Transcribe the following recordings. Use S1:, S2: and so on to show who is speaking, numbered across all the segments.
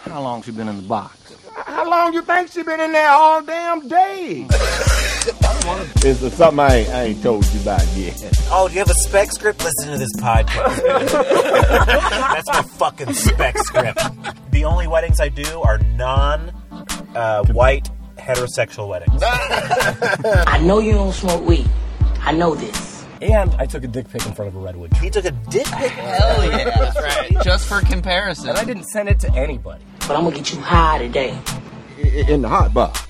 S1: How long she been in the box?
S2: How long you think she been in there all damn day?
S3: It's something I ain't, I ain't told you about yet.
S4: Oh, do you have a spec script? Listen to this podcast. That's my fucking spec script. The only weddings I do are non-white heterosexual weddings.
S5: I know you don't smoke weed. I know this.
S6: And I took a dick pic in front of a redwood tree.
S4: He took a dick pic.
S7: Hell yeah, that's right. Just for comparison.
S6: And I didn't send it to anybody.
S5: But I'm gonna get you high today.
S3: I- In the hot box.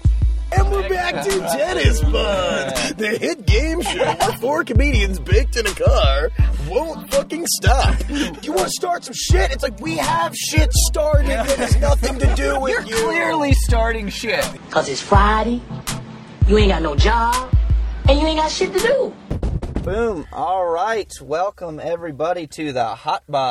S8: And we're back to Tennis Bud, the hit game show where four comedians baked in a car won't fucking stop. You want to start some shit? It's like we have shit started that has nothing to do with
S7: You're
S8: you.
S7: clearly starting shit.
S5: Cause it's Friday, you ain't got no job, and you ain't got shit to do.
S7: Boom. All right. Welcome, everybody, to the Hot
S6: Well,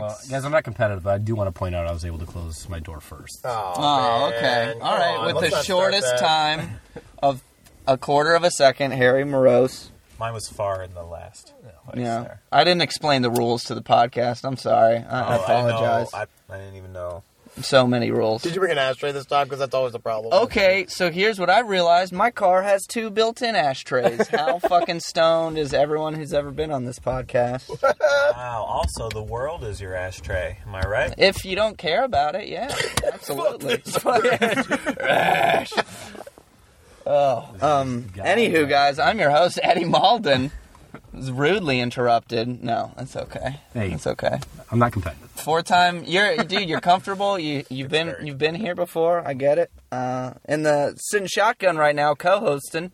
S7: Box.
S6: guys, I'm not competitive, but I do want to point out I was able to close my door first.
S7: Oh, okay. All right.
S4: on,
S7: With
S4: let's
S7: the
S4: not start
S7: shortest
S4: that.
S7: time of a quarter of a second, Harry Morose.
S4: Mine was far in the last.
S7: Yeah. I didn't explain the rules to the podcast. I'm sorry. I, I apologize.
S4: Oh, I, I didn't even know.
S7: so many rules.
S8: Did you bring an ashtray this time? Because that's always the problem.
S7: Okay, so here's what I realized. My car has two built-in ashtrays. How fucking stoned is everyone who's ever been on this podcast?
S4: Wow. Also, the world is your ashtray. Am I right?
S7: If you don't care about it, yeah, absolutely. Um. Anywho, guys, I'm your host Eddie Malden. Was rudely interrupted. No, that's okay.
S6: Hey.
S7: That's okay.
S6: I'm not competitive.
S7: Four time, you're dude. You're comfortable. You you've been you've been here before. I get it. Uh, and the sitting shotgun right now, co-hosting.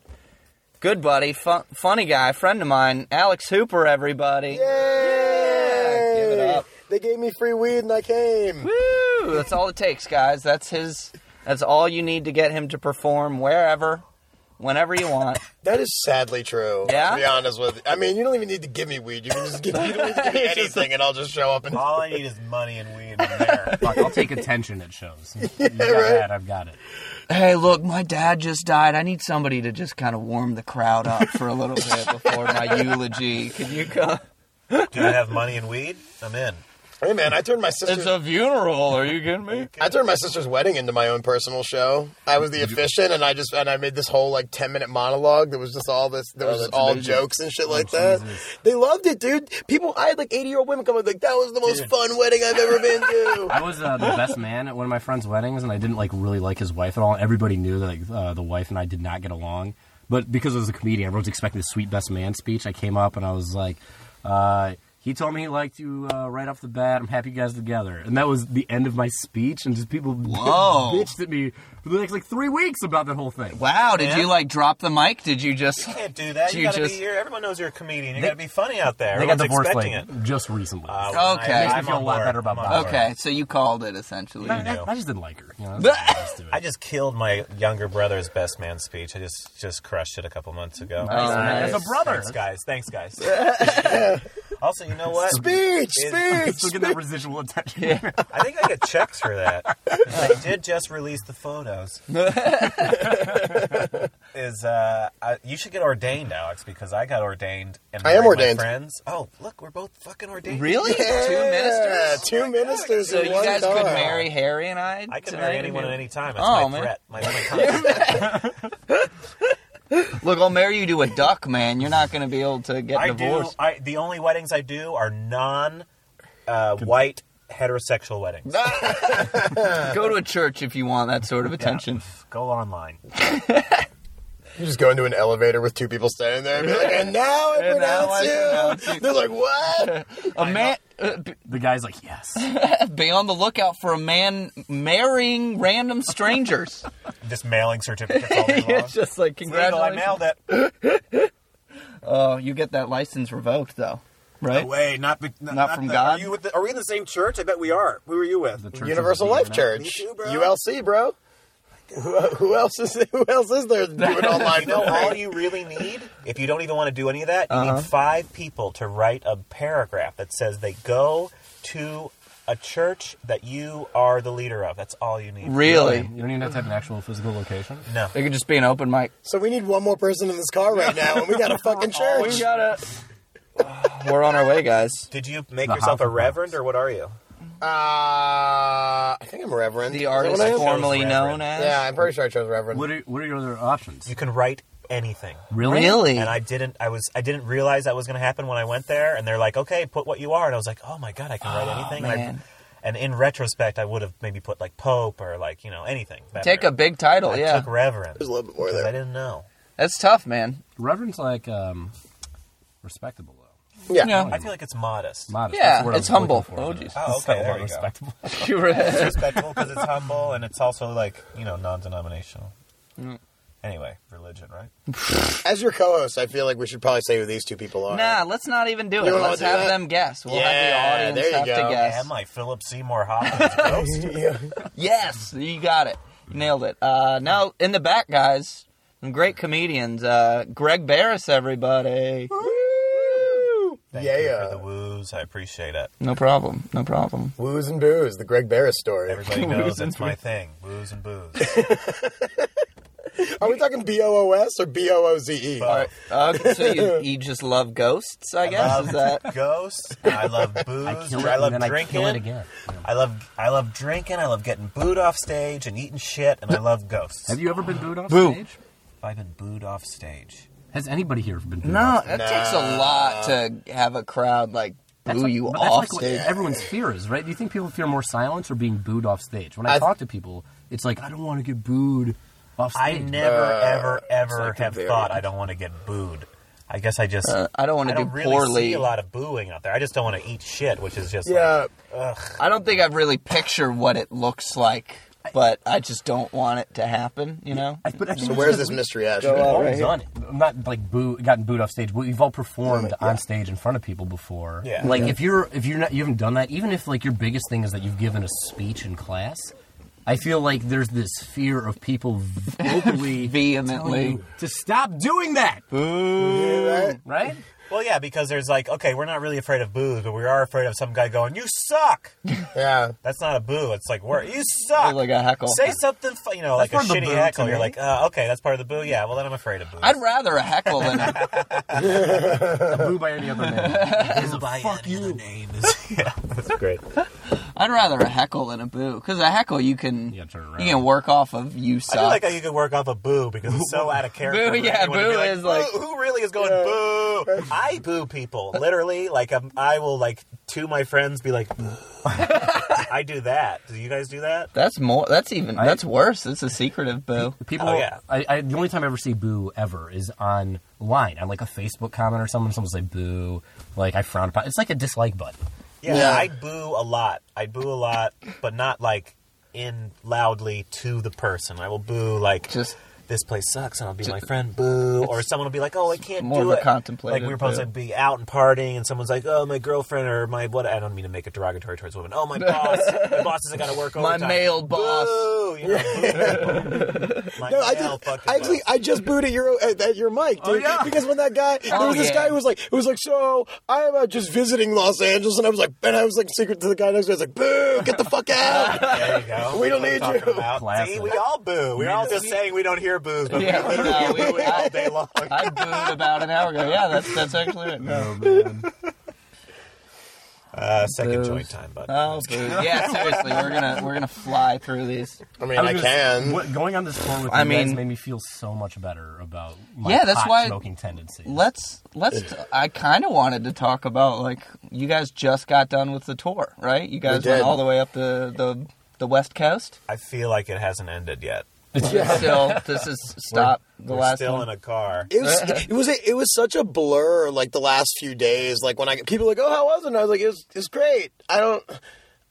S7: Good buddy, fun, funny guy, friend of mine, Alex Hooper. Everybody. Yeah, give it up.
S8: They gave me free weed and I came.
S7: Woo! That's all it takes, guys. That's his. That's all you need to get him to perform wherever, whenever you want.
S8: That is sadly true.
S7: Yeah?
S8: To be honest with you. I mean, you don't even need to give me weed. You can just give, you don't need to give me anything and I'll just show up and.
S4: All I need is money and weed. And there.
S6: Fuck, I'll take attention at shows. You got that, I've got it.
S7: hey, look, my dad just died. I need somebody to just kind of warm the crowd up for a little bit before my eulogy. Could you come?
S4: Do I have money and weed? I'm in.
S8: Hey, man, I turned my
S7: It's
S8: sister's.
S7: a funeral. Are you kidding me?
S8: I turned my sister's wedding into my own personal show. I was the officiant, and I just and I made this whole like ten minute monologue that was just all this, that was just all jokes and shit like that. They loved it, dude. People, I had like eighty year old women come up like, "That was the most fun wedding I've ever been to."
S6: I was uh, the best man at one of my friend's weddings, and I didn't like really like his wife at all. Everybody knew that like, uh, the wife and I did not get along, but because I was a comedian, everyone was expecting the sweet best man speech. I came up and I was like, uh, "He told me he liked you uh, right off the bat. I'm happy you guys are together." And that was the end of my speech, and just people
S7: Whoa.
S6: bitched at me for the next like three weeks about that whole thing.
S7: Wow, did you like drop the mic? Did you just
S4: Can't do that. You,
S7: You
S4: gotta
S7: just-
S4: be here. Everyone knows you're a comedian. You gotta be funny out there.
S6: They
S4: Everyone's
S6: got divorced like
S4: expecting it.
S6: just recently.
S4: Uh,
S6: So,
S4: well,
S7: Okay.
S4: I-
S7: Makes me
S4: I'm
S6: feel a
S4: on
S6: lot
S4: board.
S6: better about
S4: I'm on
S6: that.
S4: board.
S7: Okay, so you called it essentially.
S6: I,
S4: know.
S6: I just didn't like her. You know, that's what I was doing.
S4: I just killed my younger brother's best man speech. I just just crushed it a couple months ago.
S6: As a brother,
S4: Thanks, guys. Thanks, guys. also, you know what?
S8: Speech,
S4: Is-
S8: speech.
S6: still get that residual attention.
S4: I think I get checks for that. I did just release the photos. Is uh, I, you should get ordained, Alex, because I got ordained. And
S8: I
S4: married
S8: am
S4: my
S8: ordained.
S4: friends. Oh, look, we're both fucking ordained.
S7: Really? Two
S8: Yeah,
S7: ministers?
S8: two ministers.
S7: So
S8: in
S7: you
S8: one
S7: guys
S8: car.
S7: could marry Harry and I?
S4: I can
S7: tonight?
S4: marry anyone at any time. That's
S7: Oh,
S4: my
S7: man.
S4: threat. My only constant.
S7: Look, I'll marry you to a duck, man. You're not going to be able to get
S4: I do.
S7: divorced.
S4: I, the only weddings I do are non-white heterosexual weddings.
S7: Go to a church if you want that sort of attention.
S4: Go online.
S8: You just go into an elevator with two people standing there, and, be like, and now I
S7: And now
S8: pronounce
S7: I
S8: you.
S7: pronounce you.
S8: They're like, "What?"
S7: A man, uh, b-
S6: The guy's like, yes.
S7: be on the lookout for a man marrying random strangers.
S4: Just mailing certificates all day long.
S7: it's just like
S4: Legal, I
S7: congratulations.
S4: mailed it.
S7: Oh, you get that license revoked though, right?
S4: Way, not, be,
S7: Not from God?
S4: Are, you with the, are we in the same church? I bet we are. Who are you with?
S6: The church
S8: Universal
S6: is a
S8: Life
S6: demon.
S8: Church,
S4: Me too, bro.
S8: ULC, bro. Who, who else is who else is there doing online?
S4: You know all you really need? If you don't even want to do any of that, you need five people to write a paragraph that says they go to a church that you are the leader of. That's all you need.
S7: Really?
S6: You don't even have to have an actual physical location.
S4: No.
S7: It could just be an open mic.
S8: So we need one more person in this car right now, and we got a fucking church.
S7: gotta. We're on our way, guys.
S4: Did you make
S6: The
S4: yourself a
S6: Hufflepuffs.
S4: reverend or what are you?
S8: Uh, I think I'm am Reverend.
S7: The
S8: Is that what
S7: artist
S8: I am?
S7: formerly
S4: Reverend.
S7: known as.
S8: Yeah, I'm pretty sure I chose Reverend.
S6: What are what are your other options?
S4: You can write anything.
S6: Really?
S4: And I didn't. I was. I didn't realize that was going to happen when I went there. And they're like, "Okay, put what you are." And I was like, "Oh my god, I can write anything." And,
S7: man.
S4: I, and in retrospect, I would have maybe put like Pope or like you know anything. better.
S7: Take a big title,
S4: I
S7: yeah.
S4: took Reverend.
S8: There's a little bit more
S4: because I
S8: there.
S4: didn't know.
S7: That's tough, man.
S6: Reverend's like um, respectable though.
S8: Yeah.
S4: I feel like it's modest.
S6: Modest.
S7: Yeah,
S6: That's the word I
S7: it's
S6: was looking
S7: humble.
S6: for.
S7: Oh, jeez.
S4: Oh,
S6: It's
S4: okay,
S6: not the
S4: there
S6: word
S4: you go.
S6: respectable.
S7: You were-
S4: respectful because it's humble and it's also like you know non-denominational.
S7: Mm.
S4: Anyway, religion, right?
S8: As your co-host, I feel like we should probably say who these two people are.
S7: nah, let's not even do it.
S8: You wanna
S7: Let's
S8: do
S7: have
S8: that?
S7: them guess. We'll
S8: Yeah,
S7: have the
S8: there you
S7: audience have
S8: go.
S7: to guess.
S4: Am I Philip Seymour Hoffman's ghost?
S7: Yes, you got it. Nailed it. Uh, now, in the back, guys, some great comedians. Uh, Greg Barris, everybody.
S4: Thank
S8: yeah,
S4: you
S8: yeah.
S4: for the woos. I appreciate it.
S7: No problem. No problem.
S8: Woos and boos, the Greg Barris story.
S4: Everybody knows that's my thing. Woos and boos.
S8: Are we talking B O O S or B O O Z E?
S7: All right. Uh, so you, you just love ghosts, I guess? Is that
S4: Ghosts. I love booze.
S6: I kill it
S4: I love
S6: and then
S4: drinking.
S6: I kill it again. Yeah.
S4: I love I love drinking. I love getting booed off stage and eating shit. And I love ghosts.
S6: Have you ever been booed off
S7: Boo.
S6: stage?
S4: I've been booed off stage.
S6: Has anybody here been booed
S7: no?
S6: off stage?
S7: That takes a lot to have a crowd like boo
S6: like-
S7: you
S6: but
S7: off
S6: like what
S7: stage.
S6: everyone's fear is, right? Do you think people fear more silence or being booed off stage? When I,
S8: I-
S6: talk to people, it's like I don't want to get booed off
S4: I
S6: stage.
S4: never, ever, ever
S8: like a
S4: have
S8: very-
S4: thought I don't want to get booed. I guess I just
S7: Uh, I don't want
S4: I
S7: to do
S4: don't really
S7: poorly.
S4: see a lot of booing out there. I just don't want to eat shit, which is just
S8: Yeah.
S4: like, ugh.
S7: I don't think I really picture what it looks like, but I just don't want it to happen. You know?
S6: I- but I think
S8: So
S6: it's
S8: where's
S6: because
S8: this
S6: we-
S8: mystery ash?
S6: We've all
S7: right here.
S6: done it. I'm not like boo, gotten booed off stage. but We've all performed on stage in front of people before.
S4: Yeah.
S6: Like if you're if you're not you haven't done that, even if like your biggest thing is that you've given a speech in class, I feel like there's this fear of people vocally
S7: Vehemently.
S6: telling you to stop doing that. Right?
S4: Well, yeah, because there's like, okay, we're not really afraid of boos, but we are afraid of some guy going, "You suck."
S8: Yeah.
S4: That's not a boo. It's like, "Where you suck."
S7: Or like a heckle.
S4: Say something, fu- you know, like a
S6: part of the
S4: shitty
S6: boo
S4: heckle.
S6: to
S4: You're
S6: me.
S4: like, uh, okay, that's part of the boo. Yeah, well then I'm afraid of boo.
S7: I'd rather a heckle than a
S6: A boo by any other name.
S4: fuck you. Name is- yeah, that's great.
S7: I'd rather a heckle than a boo, because a heckle you can
S6: Yeah, turn around.
S7: you can work off of you
S4: I feel like
S7: suck.
S4: how you could work off a boo because it's so out of
S7: Boo,
S4: character. for
S7: yeah,
S4: anyone to
S7: boo
S4: be
S7: is like-
S4: who, who really is going boo? I boo people literally. Like um, I will like to my friends be like, boo. I do that. Do you guys do that?
S7: that's more. That's even.
S6: I-
S7: that's worse. It's a secretive boo.
S6: People,
S4: Oh, yeah.
S6: I, I, the only time I ever see boo ever is online, on like a Facebook comment or someone. Someone's like boo, like I frown upon. It's like a dislike button.
S4: Yeah,
S8: Yeah.
S4: I boo a lot. I boo a lot, but not like in loudly to the person. I will boo like
S7: Just
S4: this place sucks, and I'll be my friend boo, or someone will be like, "Oh, I can't
S7: more
S4: do
S7: of a
S4: it."
S7: contemplative
S4: like we were supposed
S7: boo.
S4: to be out and partying, and someone's like, "Oh, my girlfriend or my what?" I don't mean to make it derogatory towards women. Oh, my boss, my boss isn't got to work
S7: my
S4: overtime.
S7: male boss.
S4: Boo, you know, boo people. my
S8: No,
S4: male
S8: I just
S4: fucking
S8: actually
S4: boss.
S8: I just booed at your at, at your mic, dude.
S6: yeah.
S8: Because when that guy, there
S7: Oh,
S8: was this
S7: yeah.
S8: guy who was like, who was like, so I am uh, just visiting Los Angeles, and I was like, and I was like, secret to the guy next to me, I was like, boo, get the fuck out.
S4: There you go.
S8: We don't
S4: That's what I'm
S8: need
S4: talking
S8: you.
S4: about. See,
S6: Classic.
S4: we all boo. We're all just saying we don't hear boos, but
S7: Yeah,
S4: we
S7: no,
S4: literally
S7: we-
S4: boo all day long.
S7: I booed about an hour ago. Yeah, that's that's actually it. No.
S4: Uh, second
S7: Boos.
S4: joint time, but
S7: Oh, boo. Yeah, seriously, we're gonna we're gonna fly through these.
S8: I mean, I,
S6: was gonna say,
S8: can.
S6: What, going on this tour with
S7: I
S6: you guys
S7: mean-
S6: made me feel so much better about my
S7: Yeah, that's
S6: pot
S7: why-
S6: smoking tendency.
S7: Let's let's. I kind of wanted to talk about like you guys just got done with the tour, right? You guys
S8: did.
S7: went all the way up the the the west coast.
S4: I feel like it hasn't ended yet.
S7: Still, this is stop the
S4: We're
S7: last
S4: still
S7: one.
S4: in a car.
S8: It was it was a, it was such a blur like the last few days like when I people were like oh how was it and I was like it was it's great I don't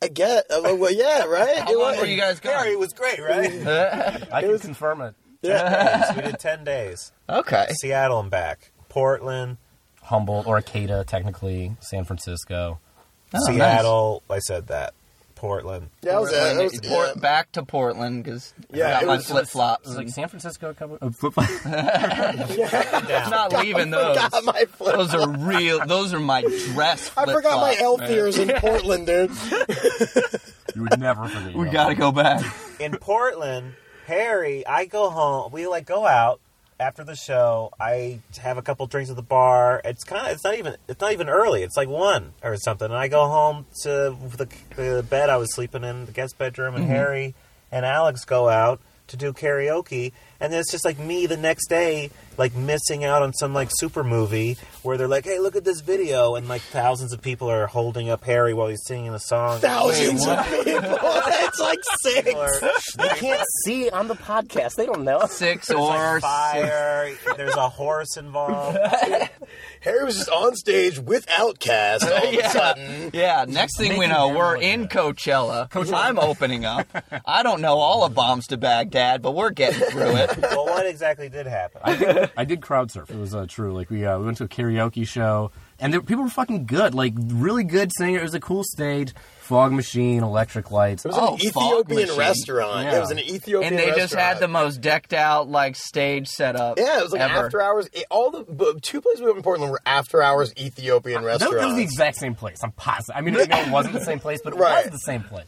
S8: I get I'm like well yeah right
S7: How
S8: It
S7: long
S8: was-
S7: were you guys
S4: Harry
S7: going?
S4: was great, right?
S6: I can confirm it.
S4: we did ten days.
S7: Okay.
S4: Seattle and back. Portland,
S6: Humboldt or Akata, technically San Francisco.
S7: Oh,
S4: Seattle. I said that. Portland.
S8: yeah that was it
S7: Portland,
S8: That was-
S7: Port-
S8: yeah.
S7: Back to Portland because
S8: Yeah,
S7: I got
S8: it
S7: my
S8: was-
S7: flip
S6: It
S7: flops.
S6: was like San Francisco. Uh, flip flop.
S7: I'm not leaving
S8: I
S7: those.
S8: forgot my flip.
S7: Those are real. Those are my dress.
S8: I
S7: flip
S8: forgot my
S7: flops,
S8: elf
S7: man.
S8: ears in Portland dude
S6: you would never forget.
S7: We gotta go back.
S4: In Portland, Harry, I go home. We like go out, after the show, I have a couple drinks at the bar. It's kind of it's not even it's not even early. It's like one or something, and I go home to the, the bed I was sleeping in, the guest bedroom, and Harry and Alex go out to do karaoke, and then it's just like me the next day, like missing out on some like super movie where they're like, hey, look at this video, and like thousands of people are holding up Harry while he's singing a song.
S8: Thousands of people. That's like six.
S4: Or-
S6: They can't see on the podcast. They don't know.
S7: Six
S4: There's
S7: or
S4: like fire. There's a horse involved.
S8: Harry was just on stage with Outcast all of a sudden.
S7: Yeah, next thing we know, we're in Coachella. I'm opening up. I don't know all of Bombs to Baghdad, but we're getting through it.
S4: well, what exactly did happen?
S6: I did crowd surf. It was uh, true. Like we uh, we went to a karaoke show, and there, people were fucking good. Like really good singers. It was a cool stage. Fog machine, electric lights.
S8: It was
S7: Oh,
S8: an
S7: fog
S8: Ethiopian
S7: machine.
S8: restaurant.
S6: Yeah.
S8: It was an Ethiopian
S7: And they just had the
S8: restaurant.
S7: most decked out like stage setup.
S8: Yeah, it was like
S7: ever.
S8: after hours. it- all the but two places we went in Portland were after hours Ethiopian
S6: Oh, That,
S8: restaurants.
S6: that was the exact same place. I'm positive. I mean, I know it wasn't the same place, but it
S8: Right.
S6: was the same place.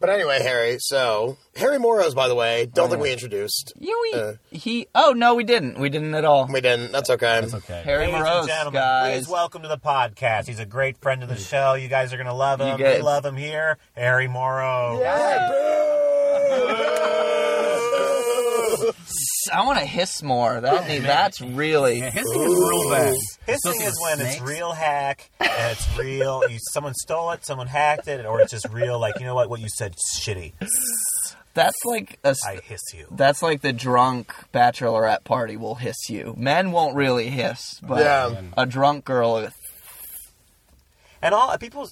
S8: but anyway, Harry. So Harry Morrows, by the way, don't think we introduced.
S7: You we,
S8: Uh.
S7: he oh no we didn't we didn't at all.
S8: We didn't. That's okay.
S6: It's okay.
S7: Harry
S4: Ladies and
S7: Morose,
S4: gentlemen,
S7: guys.
S4: please welcome to the podcast. He's a great friend of the show. You guys are going to love him.
S7: guys-
S4: We love him here. Harry Morrow.
S7: I want to hiss more. That that's really
S6: His thing is real bad.
S4: Hissing is when it's real hack and it's real. You, someone stole it, someone hacked it, or it's just real. Like you know what? What you said, is shitty.
S7: that's like a s-
S4: I hiss you.
S7: that's like the drunk bachelorette party will hiss you. Men won't really hiss, but
S8: Yeah.
S7: a drunk girl.
S4: And all people.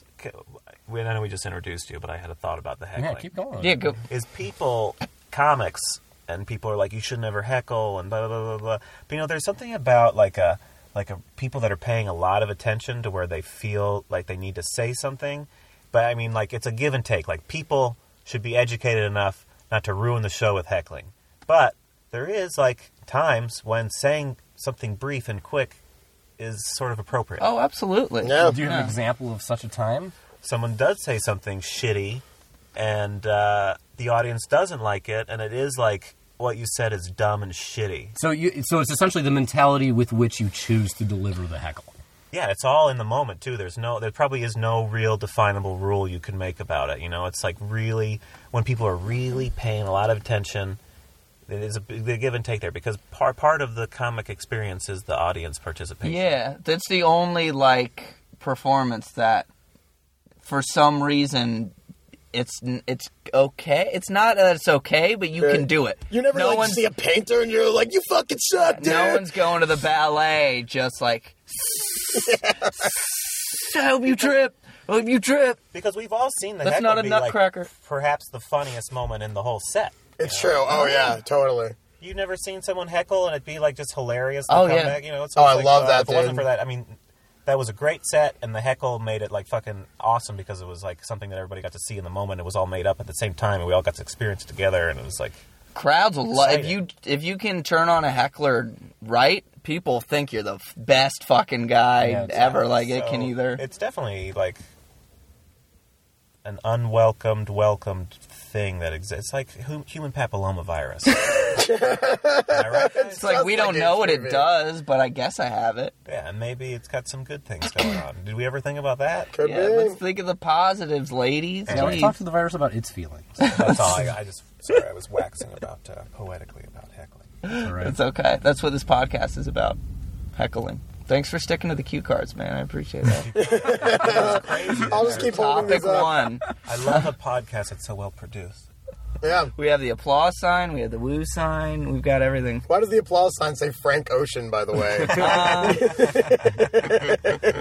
S4: I know we just introduced you, but I had a thought about the heckling.
S6: Yeah, keep going.
S7: Yeah, go,
S4: is people comics and people are like you should never heckle and blah blah blah blah blah. But you know, there's something about like a like a people that are paying a lot of attention to where they feel like they need to say something. But I mean, like it's a give and take. Like people should be educated enough not to ruin the show with heckling. But there is like times when saying something brief and quick is sort of appropriate.
S7: oh, absolutely.
S8: Yeah.
S6: Do you have an example of such a time?
S4: someone does say something shitty and uh, the audience doesn't like it and it is like what you said is dumb and shitty
S6: So you, so it's essentially the mentality with which you choose to deliver the heckle.
S4: yeah it's all in the moment too there's no there probably is no real definable rule you can make about it you know it's like really when people are really paying a lot of attention it is a, the give and take there because part part of the comic experience is the audience participation
S7: Yeah, that's the only like performance that, for some reason, it's n- it's okay. It's not that it's okay, but you can do it.
S8: You never
S7: no
S8: like
S7: one's
S8: see a painter and you're like, you fucking suck, dude.
S7: no one's going to the ballet just like. I hope you trip. I hope you trip.
S4: because we've all seen the
S7: That's
S4: heckle
S7: not a
S4: be,
S7: nutcracker.
S4: like, perhaps the funniest moment in the whole set
S8: It's true. Oh yeah, totally.
S4: You've never seen someone heckle and it be like just hilarious. To
S7: Oh,
S4: come
S7: yeah.
S4: back, you know. It's
S8: Oh, I
S4: like,
S8: love
S4: uh,
S8: that,
S4: If it wasn't
S8: dude.
S4: for that, I mean, that was a great set, and the heckle made it like fucking awesome because it was like something that everybody got to see in the moment. It was all made up at the same time, and we all got to experience it together. And it was like,
S7: Crowds will love if
S4: Excited.
S7: you if you can turn on a heckler right. People think you're the f- best fucking guy
S6: Yeah, it's-
S7: ever. Like it
S4: so
S7: can either.
S4: It's definitely like an unwelcomed, welcomed thing that exists. It's like hu- human papillomavirus. Am I right? guys?
S7: It's like we don't
S8: like
S7: know what
S8: HPV.
S7: it does, but I guess I have it.
S4: Yeah, and maybe it's got some good things going on. Did we ever think about that?
S8: Could
S7: Yeah,
S8: be.
S7: let's think of the positives, ladies.
S6: Now
S7: Jeez.
S6: let's talk to the virus about its feelings.
S4: That's all I got. Oh, I just sorry, I was waxing about uh, poetically about heckling.
S6: All right.
S7: It's okay. That's what this podcast is about. Heckling. Thanks for sticking to the cue cards, man. I appreciate that.
S4: Crazy.
S8: I'll just keep holding
S7: Topic
S8: this up.
S7: one.
S4: I love a podcast that's so well produced.
S8: Yeah.
S7: We have the applause sign. We have the woo sign. We've got everything.
S8: Why does the applause sign say Frank Ocean? By the way, Uh,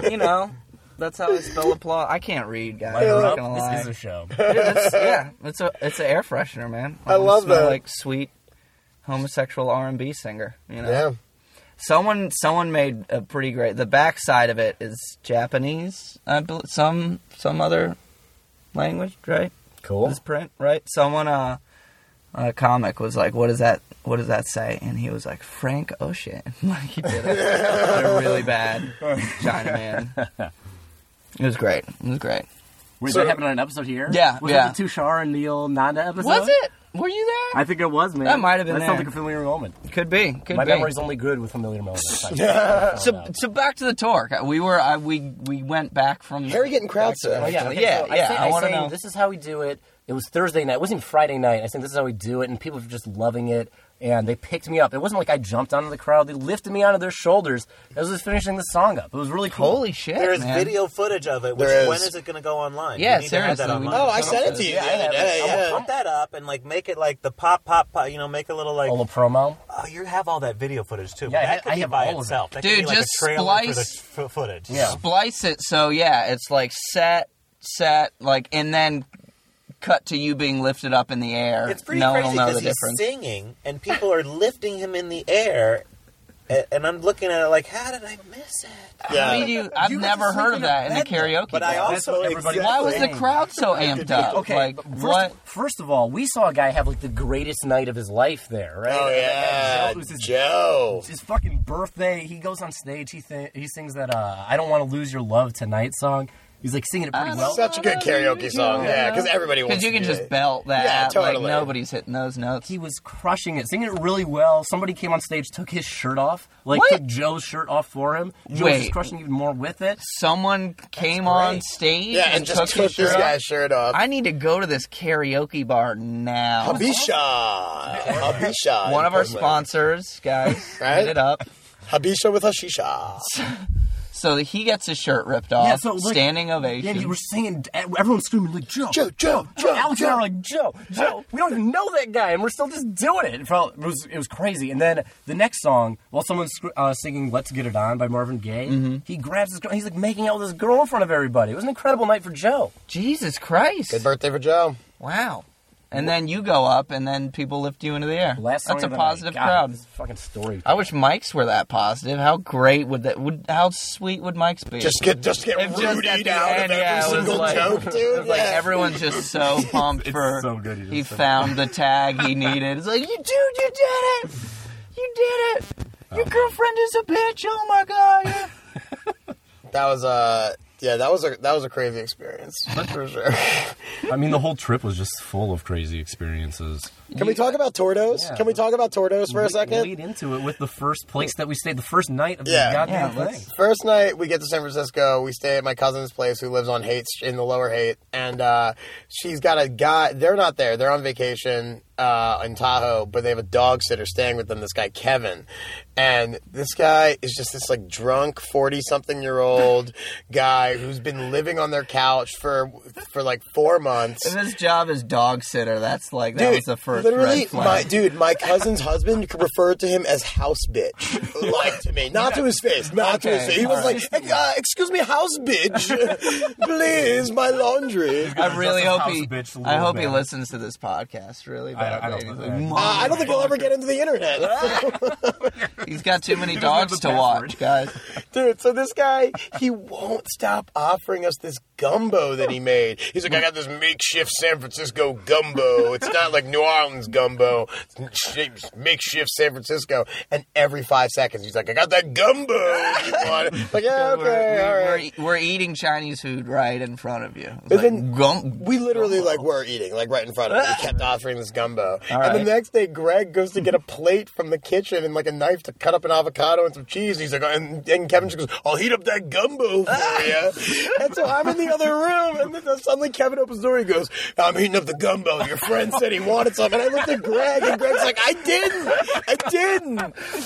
S7: You know, that's how I spell applause. I can't read, guys. I'm not gonna lie.
S6: This is a show.
S7: It's- yeah, it's a it's an air freshener, man.
S8: I love
S7: smell
S8: that.
S7: Like sweet homosexual R and B singer. You know.
S8: yeah.
S7: someone someone made a pretty great the back side of it is japanese I bel some some other language right
S6: Cool.
S7: this print right someone uh a comic was like what does that what does that say and he was like frank ocean like he did it a really bad china man it was great it was great
S6: Wait,
S8: So-
S6: that happened on an episode here?
S7: Yeah,
S6: Was
S7: yeah.
S6: that the Tushar and Neil Nanda episode?
S7: was it Were you there?
S6: I think it was, man.
S7: That might have been
S6: That sounds
S7: there.
S6: like a familiar moment.
S7: could be. Could
S6: My
S7: be.
S6: memory's only good with familiar moments. yeah.
S7: so, so back to the torque. We were I, we we went back from
S8: Harry getting crowd surfed.
S7: Oh, yeah,
S6: okay,
S7: yeah,
S6: so I
S7: yeah,
S6: sang-
S7: I
S6: I,
S7: wanna
S6: sang,
S7: know.
S6: This is how we do it. It was Thursday night. It wasn't even Friday night. I said, "This is how we do it," and people were just loving it. And they picked me up. It wasn't like I jumped onto the crowd. They lifted me onto their shoulders. I was just finishing the song up. It was really cool.
S7: Holy shit,
S4: There is
S7: man.
S4: video footage of it. Which,
S8: There is.
S4: When is it going to go online?
S7: Yeah,
S4: You need to have that
S7: seriously, we-
S4: online.
S8: Oh, I sent it to you
S6: Yeah, I
S8: the other
S6: have it.
S8: day.
S6: I
S8: yeah.
S4: Pump that up and like make it like the pop, pop, pop. You know, make a little like.
S6: A little promo.
S4: Oh, you have all that video footage too.
S6: Yeah,
S4: but
S6: I-
S4: that could
S6: I
S4: be
S6: have
S4: by
S6: all of it.
S4: itself. That
S7: Dude,
S4: could be like
S7: just
S4: a trailer for the
S7: splice-
S4: f- f- footage.
S6: Yeah.
S7: splice it so yeah, it's like set set like and then cut to you being lifted up in the air.
S4: It's pretty
S7: no
S4: crazy
S7: one will know
S4: because
S7: the
S4: he's
S7: difference.
S4: singing and people are lifting him in the air, a- and I'm looking at it like, how did I miss it?
S8: Yeah.
S7: I mean, you, I've
S6: You got
S7: never
S6: to sleep
S7: heard
S6: in
S7: of
S6: a
S7: that in a
S6: bed, though.
S7: karaoke.
S4: But I
S7: bar.
S4: also
S6: what everybody-
S4: exactly-
S7: Why was the crowd so amped up? like
S6: but first,
S7: what?
S6: First of all, we saw a guy have like the greatest night of his life there, right?
S8: Oh yeah,
S6: It was his,
S8: Joe.
S6: his fucking birthday. He goes on stage. He th- he sings that uh, "I Don't Want to Lose Your Love Tonight" song. He's like singing it pretty well.
S8: Such a good karaoke song. Yeah, because everybody wants.
S7: Because you
S8: to
S7: can
S8: do
S7: just
S8: it.
S7: belt that.
S8: Yeah,
S7: Like
S8: totally.
S7: nobody's hitting those notes.
S6: He was crushing it, singing it really well. Somebody came on stage, took his shirt off, like
S7: What?
S6: took Joe's shirt off for him. Joe was
S7: Wait.
S6: just crushing even more with it.
S7: Someone came on stage
S8: Yeah,
S7: and,
S8: and just
S7: took
S8: took
S7: his
S8: this
S7: shirt off.
S8: guy's shirt off.
S7: I need to go to this karaoke bar now.
S8: Habisha. Habisha.
S7: One
S8: in
S7: of our
S8: Portland.
S7: sponsors, guys,
S8: Right?
S7: hit it up.
S8: Habisha with Hashisha.
S7: So that he gets his shirt ripped off.
S6: Yeah, so, like-
S7: standing
S6: Yeah,
S7: ovation.
S6: and you were singing. eh, Everyone's screaming like Joe,
S7: Oh,
S8: Joe, Joe, Joe,
S6: Alex and I
S8: Joe.
S6: were like Joe, Joe. We don't even know that guy, and we're still just doing it. It, felt, it was it was crazy. And then the next song, while someone's scr- uh, singing "Let's Get It On" by Marvin Gaye, he grabs his girl. He's like making out with his girl in front of everybody. It was an incredible night for Joe.
S7: Jesus Christ!
S8: Good birthday for Joe.
S7: Wow. And then you go up, and then people lift you into the air.
S6: Last
S7: That's
S6: song
S7: a
S6: of the
S7: positive
S6: night. God,
S7: crowd.
S6: This fucking story.
S7: I wish mics were that positive. How great would that? Would how sweet would mics be?
S8: Just get just get
S7: If just
S8: Rudy
S7: at the
S8: down
S7: end,
S8: of every
S7: yeah, it was
S8: single
S7: like-
S8: joke, dude.
S7: Like
S8: yeah.
S7: everyone's just so pumped for
S6: so good, you just
S7: he
S6: said
S7: found the tag he needed. It's like you dude, you did it, you did it. Your
S8: Oh.
S7: girlfriend is a bitch. Oh my god. yeah."
S8: that was uh yeah, that was a that was a crazy experience for sure.
S6: I mean, the whole trip was just full of crazy experiences.
S8: Can we talk about Tordos?
S6: Yeah.
S8: Can we talk about Tordos for a
S6: Lead-
S8: second?
S6: Lead into it with the first place that we stayed, the first night of
S8: Yeah.
S6: the goddamn
S7: Yeah, let's-
S6: thing.
S8: First night we get to San Francisco, we stay at my cousin's place who lives on Haight Sh- in the Lower Haight, and uh, she's got a guy. They're not there; they're on vacation uh, in Tahoe, but they have a dog sitter staying with them. This guy Kevin, and this guy is just this like drunk forty something year old guy who's been living on their couch for for like four months.
S7: If his job is dog sitter, that's like that was the first.
S8: Literally,
S7: red flag.
S8: my dude, my cousin's husband referred to him as house bitch. like to me, not to his face, not to his
S7: Okay,
S8: face. He was
S7: all
S8: like, "Ex- uh, "Excuse me, house bitch, please, my laundry." Uh,
S7: I really
S6: That's a
S7: hope
S6: house
S7: he.
S6: bitch, little
S7: I hope he
S6: man.
S7: listens to this podcast. Really,
S6: I- I don't
S7: badly.
S6: know.
S7: He's like,
S8: Uh, I don't think we'll ever get into the internet.
S7: He's got too many
S6: doesn't have
S7: dogs to
S6: the
S7: watch, guys.
S8: Dude, so this guy, he won't stop offering us this gumbo that he made. He's like, I got this makeshift San Francisco gumbo. It's not like New Orleans gumbo. It's makeshift San Francisco. And every five seconds, he's like, I got that gumbo. you want. Like, yeah,
S7: We're-
S8: okay,
S7: we're,
S8: all
S7: we're
S8: right.
S7: e- we're eating Chinese food right in front of you. It's
S8: And
S7: like,
S8: then-
S7: gum-
S8: We literally like were eating like right in front of him. He kept offering this gumbo, and
S7: right.
S8: the next day Greg goes to get a plate from the kitchen and like a knife to cut up an avocado and some cheese. He's like, and, and Kevin just goes, "I'll heat up that gumbo for you." and so I'm in the other room, and then suddenly Kevin opens the door. He goes, "I'm heating up the gumbo. Your friend said he wanted some," and I looked at Greg, and Greg's like, "I didn't, I didn't."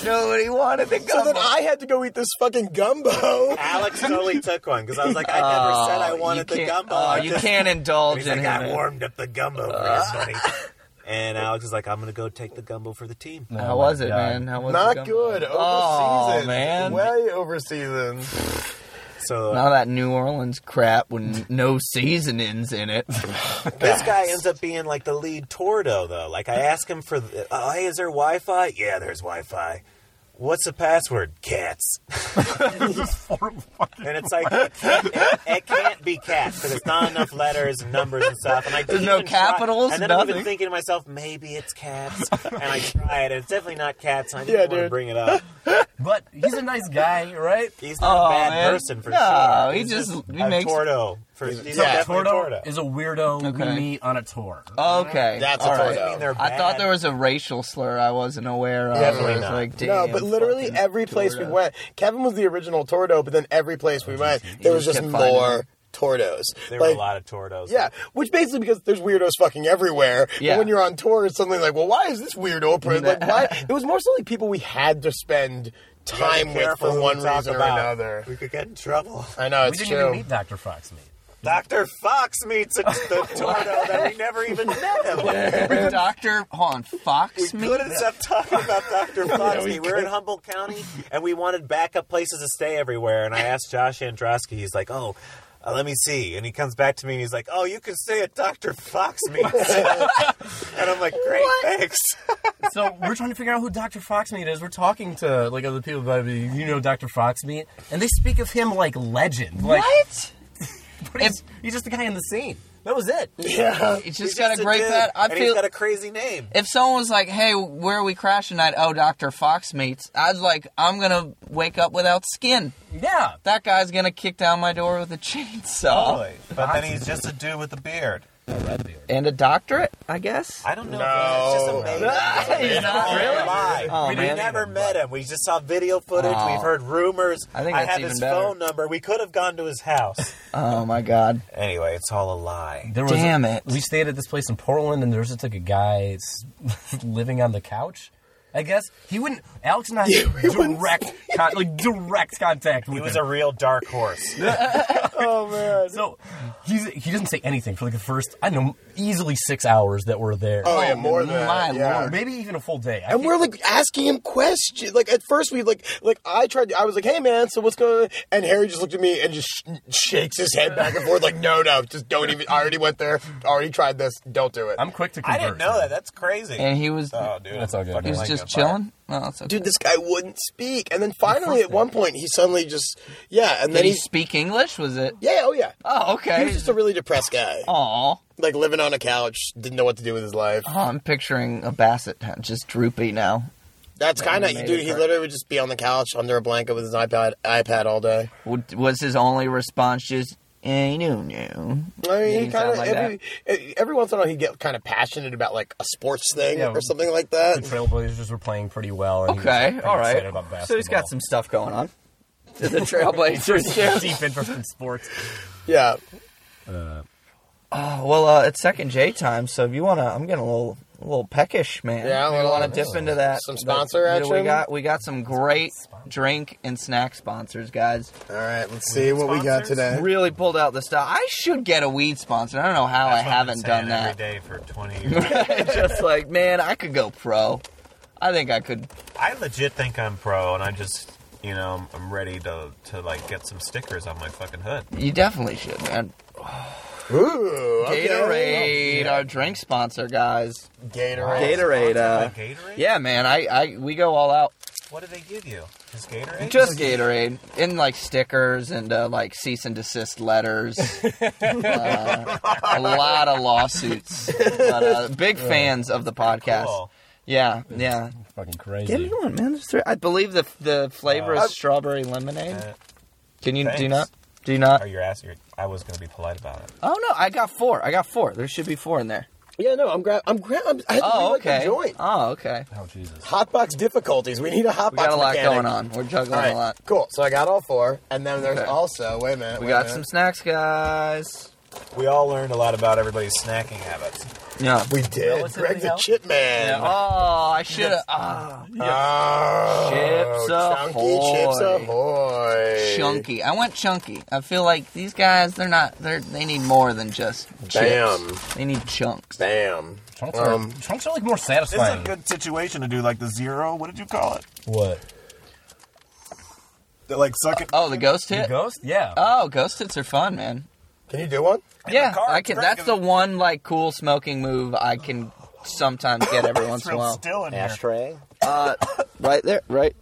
S7: nobody wanted the Ah.
S8: So
S7: gum.
S8: then I had to go eat this fucking gumbo.
S4: Alex totally took one because I was like, I never said I wanted the gumbo.
S7: Oh,
S4: I
S7: you
S4: just-
S7: can't Uh.
S4: And
S7: indulge
S4: he's
S7: in
S4: like, I
S7: him.
S4: warmed up the gumbo for everybody. And Alex is like, I'm gonna go take the gumbo for the team.
S7: How was it,
S6: God.
S7: man? How was the
S8: Not
S7: gum?
S8: good. Overseas
S7: Oh, man.
S8: Way overseasoned.
S4: So
S7: Now that New Orleans crap with no seasonings in it.
S4: this guy ends up being like the lead tordo, though. Like I ask him for, the, oh, hey, is there Wi-Fi? Yeah, there's Wi-Fi. What's the password? Cats. and it's like it can't, it, it can't be cats because it's not enough letters and numbers and stuff. And I
S7: There's no
S4: even try-
S7: capitals,
S4: and then I'm
S7: nothing.
S4: even thinking to myself, maybe it's cats. And I try it, and it's definitely not cats. And I
S8: Yeah,
S4: didn't want to
S8: dude.
S4: bring it up.
S6: But he's a nice guy, right?
S4: He's not
S7: Oh,
S4: a bad
S7: man.
S4: person for
S7: No,
S4: sure.
S7: he
S4: He's
S7: just- he
S4: a
S7: makes-
S4: torto. For, he's
S8: Yeah.
S4: yeah,
S6: Torto
S4: torto. torto.
S6: is a weirdo
S7: Okay.
S6: we meet on a tour.
S8: Oh,
S7: Okay,
S8: That's a
S7: all right.
S8: photo.
S4: I mean, they're
S7: I thought
S4: bad.
S7: there was a racial slur I wasn't aware of.
S8: Definitely
S7: I was
S4: not.
S7: Like,
S8: no,
S7: damn,
S8: but literally
S7: fucking
S8: every place we
S7: Florida.
S8: went, Kevin was the original Tordo, but then every place we went, there was
S7: just
S8: just
S7: kept finding
S8: more
S7: them.
S8: Tordos.
S4: There were
S8: like,
S4: a lot of tortos.
S8: Yeah, which basically because there's weirdos fucking everywhere.
S7: Yeah.
S8: But when you're on tour, it's suddenly like, well, why is this weirdo? per- Like, why? It was more so like people we had to spend time with
S4: Careful who
S8: for
S4: we
S8: one
S4: talk
S8: reason or
S4: about.
S8: another.
S4: We could get in trouble.
S8: I know
S6: we
S8: it's
S6: didn't
S8: true.
S6: even meet Dr. Fox meet.
S4: Dr. Fox meets a, the torto that we never even met him.
S7: Doctor hold on Fox.
S4: We
S7: me?
S4: couldn't stop talking about Dr. Foxy. we are in Humboldt County, and we wanted backup places to stay everywhere. And I asked Josh Androsky. He's like, "Oh, uh, let me see." And he comes back to me and he's like, "Oh, you can stay at Dr. Fox meets." and I'm like, "Great, thanks."
S6: So we're trying to figure out who Dr. Foxmeat is. We're talking to like other people about it. you know Dr. Foxmeat, and they speak of him like legend. Like,
S7: What?
S6: But he's, he's just the guy in the scene. That was it.
S8: Yeah,
S7: It's
S4: He's
S7: just got
S4: just
S7: a great
S4: dude,
S7: that. I
S4: and
S7: feel
S4: he's got a crazy name.
S7: if someone was like, "Hey, where are we crashing tonight?" Oh, Doctor Fox meets. I'd like, I'm gonna wake up without skin.
S6: Yeah.
S7: That guy's gonna kick down my door with a chainsaw
S4: Oh, But then he's just a dude with a beard.
S7: and a doctorate, I guess.
S4: I don't know. man. It's just
S8: No.
S4: a made up.
S7: He's not really.
S4: Lie.
S7: Oh,
S4: we
S7: man.
S4: never met him. We just saw video footage.
S7: Oh.
S4: We've heard rumors.
S7: I think that's
S4: have
S7: even
S4: his
S7: better.
S4: phone number. We could have gone to his house.
S7: Oh my god.
S4: anyway, it's all a lie.
S6: There
S7: Damn it.
S6: We stayed at this place in Portland, and there was just like a guy s- living on the couch. I guess he wouldn't. Alex and I had direct, con- like direct contact with
S4: He was
S6: him.
S4: a real dark horse.
S6: so he's, he doesn't say anything for like the first I don't know easily six hours that we're there.
S8: oh yeah, more than
S7: my
S8: that. yeah.
S7: lord.
S6: maybe even a full day. I
S8: And we're like asking him questions. Like at first we like like I tried. I was like, "Hey man, so what's going?" on? And Harry just looked at me and just sh- shakes his head back and forth. Like, "No, no, just don't even." I already went there. Already tried this. Don't do it.
S6: I'm quick to
S4: I
S6: convert.
S4: didn't know that. That's crazy.
S7: And he was
S4: oh, dude,
S6: That's all good.
S4: fucking
S7: he was
S4: like
S7: just
S4: a
S7: chilling. No, it's okay.
S8: dude, this guy wouldn't speak. And then finally, at one point, he suddenly just yeah, and
S7: Did
S8: then
S7: he
S8: he's
S7: speak English? Was it?
S8: yeah, oh yeah.
S7: Oh,
S8: He
S7: okay.
S8: was just a really depressed guy,
S7: Aw.
S8: like living on a couch, didn't know what to do with his life.
S7: Oh, I'm picturing a basset hound, just droopy now.
S8: That's kind of
S7: made
S8: dude.
S7: it
S8: He
S7: work.
S8: literally would just be on the couch under a blanket with his iPad iPad all day.
S7: W- Was his only response just "Eh, "I don't know"?
S8: I mean,
S7: Didn't
S8: he kind
S7: sound
S8: of
S7: like
S8: every e, every once in a while he'd get kind of passionate about like a sports thing
S6: Yeah.
S8: or something like
S6: The
S8: that.
S6: Trailblazers were playing pretty well. And he was,
S7: Okay,
S6: like,
S7: all right.
S6: excited About basketball.
S7: So he's got some stuff going on. To the Trailblazers. too.
S6: deep interest in sports.
S8: Yeah,
S7: Oh, well, uh, it's second J time, so if you wanna, I'm getting a little, a little peckish, man.
S8: Yeah, a
S7: we
S8: little-
S7: want to dip into that.
S8: Some sponsor
S7: But, you know, We
S8: action?
S7: got, we got some great drink and snack sponsors, guys.
S8: All right, let's see what we got
S4: Sponsors?
S8: today.
S7: Really pulled out the stuff. I should get a weed sponsor. I don't know how I
S4: That's what I've
S7: haven't
S4: been
S7: done
S4: saying
S7: that.
S4: every day for 20 years.
S7: just like, man, I could go pro. I think I could.
S4: I legit think I'm pro, and I just, you know, I'm ready to to like get some stickers on my fucking hood.
S7: You definitely should, man.
S8: Ooh, okay.
S7: Gatorade, our drink sponsor, guys.
S8: Gatorade.
S7: Gatorade. Uh,
S4: Like Gatorade?
S7: yeah, man. I, I, we go all out.
S4: What do they give you? Just Gatorade?
S7: Just Gatorade, and like stickers and uh, like cease and desist letters. Uh, a lot of lawsuits. But, uh, big fans of the podcast.
S4: Cool.
S7: Yeah, yeah.
S6: Fucking
S7: Get
S6: crazy.
S7: it on, man. Just throw- I believe the the flavor
S4: Uh,
S7: is strawberry lemonade.
S4: Uh,
S7: Can you do you
S4: thanks.
S7: not? Do you not?
S4: Are you Oh, asking? I was going to be polite about it.
S7: Oh no, I got four. I got four. There should be four in there.
S8: Yeah, no, I'm gra- I'm gra- I'm, I had to
S7: Oh,
S8: oh,
S7: okay.
S8: like a joint.
S7: Oh, okay.
S6: Oh Jesus.
S8: Hotbox difficulties. We need a hotbox.
S7: We got a lot
S8: mechanic.
S7: going on. We're juggling
S8: All right,
S7: a lot.
S8: cool. So I got all four, and then there's
S7: Okay.
S8: also wait a minute.
S7: We
S8: wait a
S7: got
S8: minute.
S7: some snacks, guys.
S4: We all learned a lot about everybody's snacking habits.
S7: Yeah.
S8: We did.
S6: Relatively
S8: Greg the
S6: healthy.
S8: Chip Man.
S7: Oh, I should have. Ah,
S8: Oh,
S7: Chips
S8: chunky
S7: ahoy.
S8: chips ahoy.
S7: chunky. I went chunky. I feel like these guys, they're not. They're they need more than just chips.
S8: Bam.
S7: They need chunks.
S8: Bam.
S6: Trunks are,
S8: Um,
S6: trunks are like more
S4: This is
S6: satisfying.
S4: a good situation to do like the zero. What did you call it?
S6: What?
S4: The, like suck it.
S7: Oh, the ghost
S6: The
S7: hit.
S6: ghost? Yeah. Uh,
S7: Oh, ghost hits are fun, man.
S8: Can you do one?
S7: yeah,
S4: car,
S7: I can.
S4: Greg
S7: That's
S4: is-
S7: the one like cool smoking move I can sometimes get every once
S4: It's
S7: in a
S4: real
S7: while.
S4: still in here.
S8: Ashtray.
S7: Right there, right.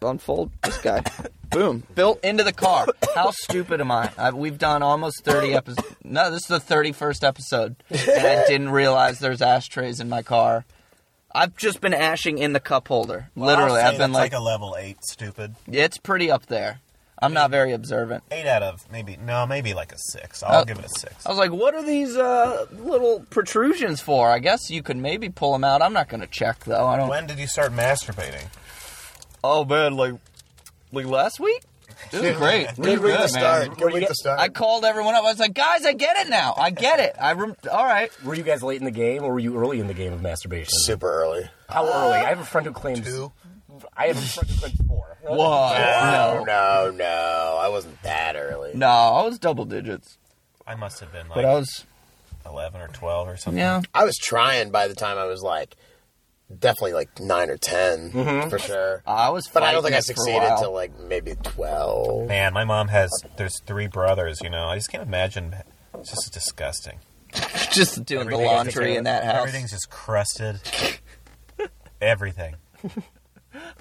S7: Unfold this guy. Boom. Built into the car. How stupid am I? I we've done almost 30 episodes. No, this is the 31st episode. And I didn't realize there's ashtrays in my car. I've just been ashing in the cup holder. Literally, I've been like,
S4: a level eight, stupid.
S7: it's pretty up there. I'm not very observant.
S4: Eight out of maybe no, maybe like a six. I'll
S7: Uh,
S4: give it a six.
S7: I was like, what are these uh, little protrusions for? I guess you could maybe pull them out. I'm not going to check though. I don't.
S4: When did you start masturbating?
S7: Oh man, like like last week. This is great. This is
S8: Good week
S7: good,
S8: to
S7: man.
S8: start. Good week to start.
S7: I called everyone up. I was like, guys, I get it now. I get it. I rem- all right.
S6: Were you guys late in the game, or were you early in the game of masturbation?
S8: Super early.
S6: How early? I have a friend who claims
S8: Two.
S6: I have a friend who claims four.
S7: Whoa.
S8: No,
S7: No.
S8: no, no. I wasn't that early.
S7: No, I was double digits,
S4: I must have been
S7: but I
S4: like
S7: was
S4: eleven or twelve or something.
S7: yeah.
S8: I was trying by the time I was like, definitely like nine or 10 for sure.
S7: Mm-hmm. I was,
S8: But I don't
S7: fighting it
S8: think I
S7: for a
S8: succeeded
S7: while.
S8: till like maybe twelve.
S4: Man, my mom has. There's three brothers. You know, I just can't imagine. It's just disgusting.
S7: just doing the
S4: Everything is
S7: laundry
S4: just-
S7: in that house.
S4: Everything's just crusted. Everything.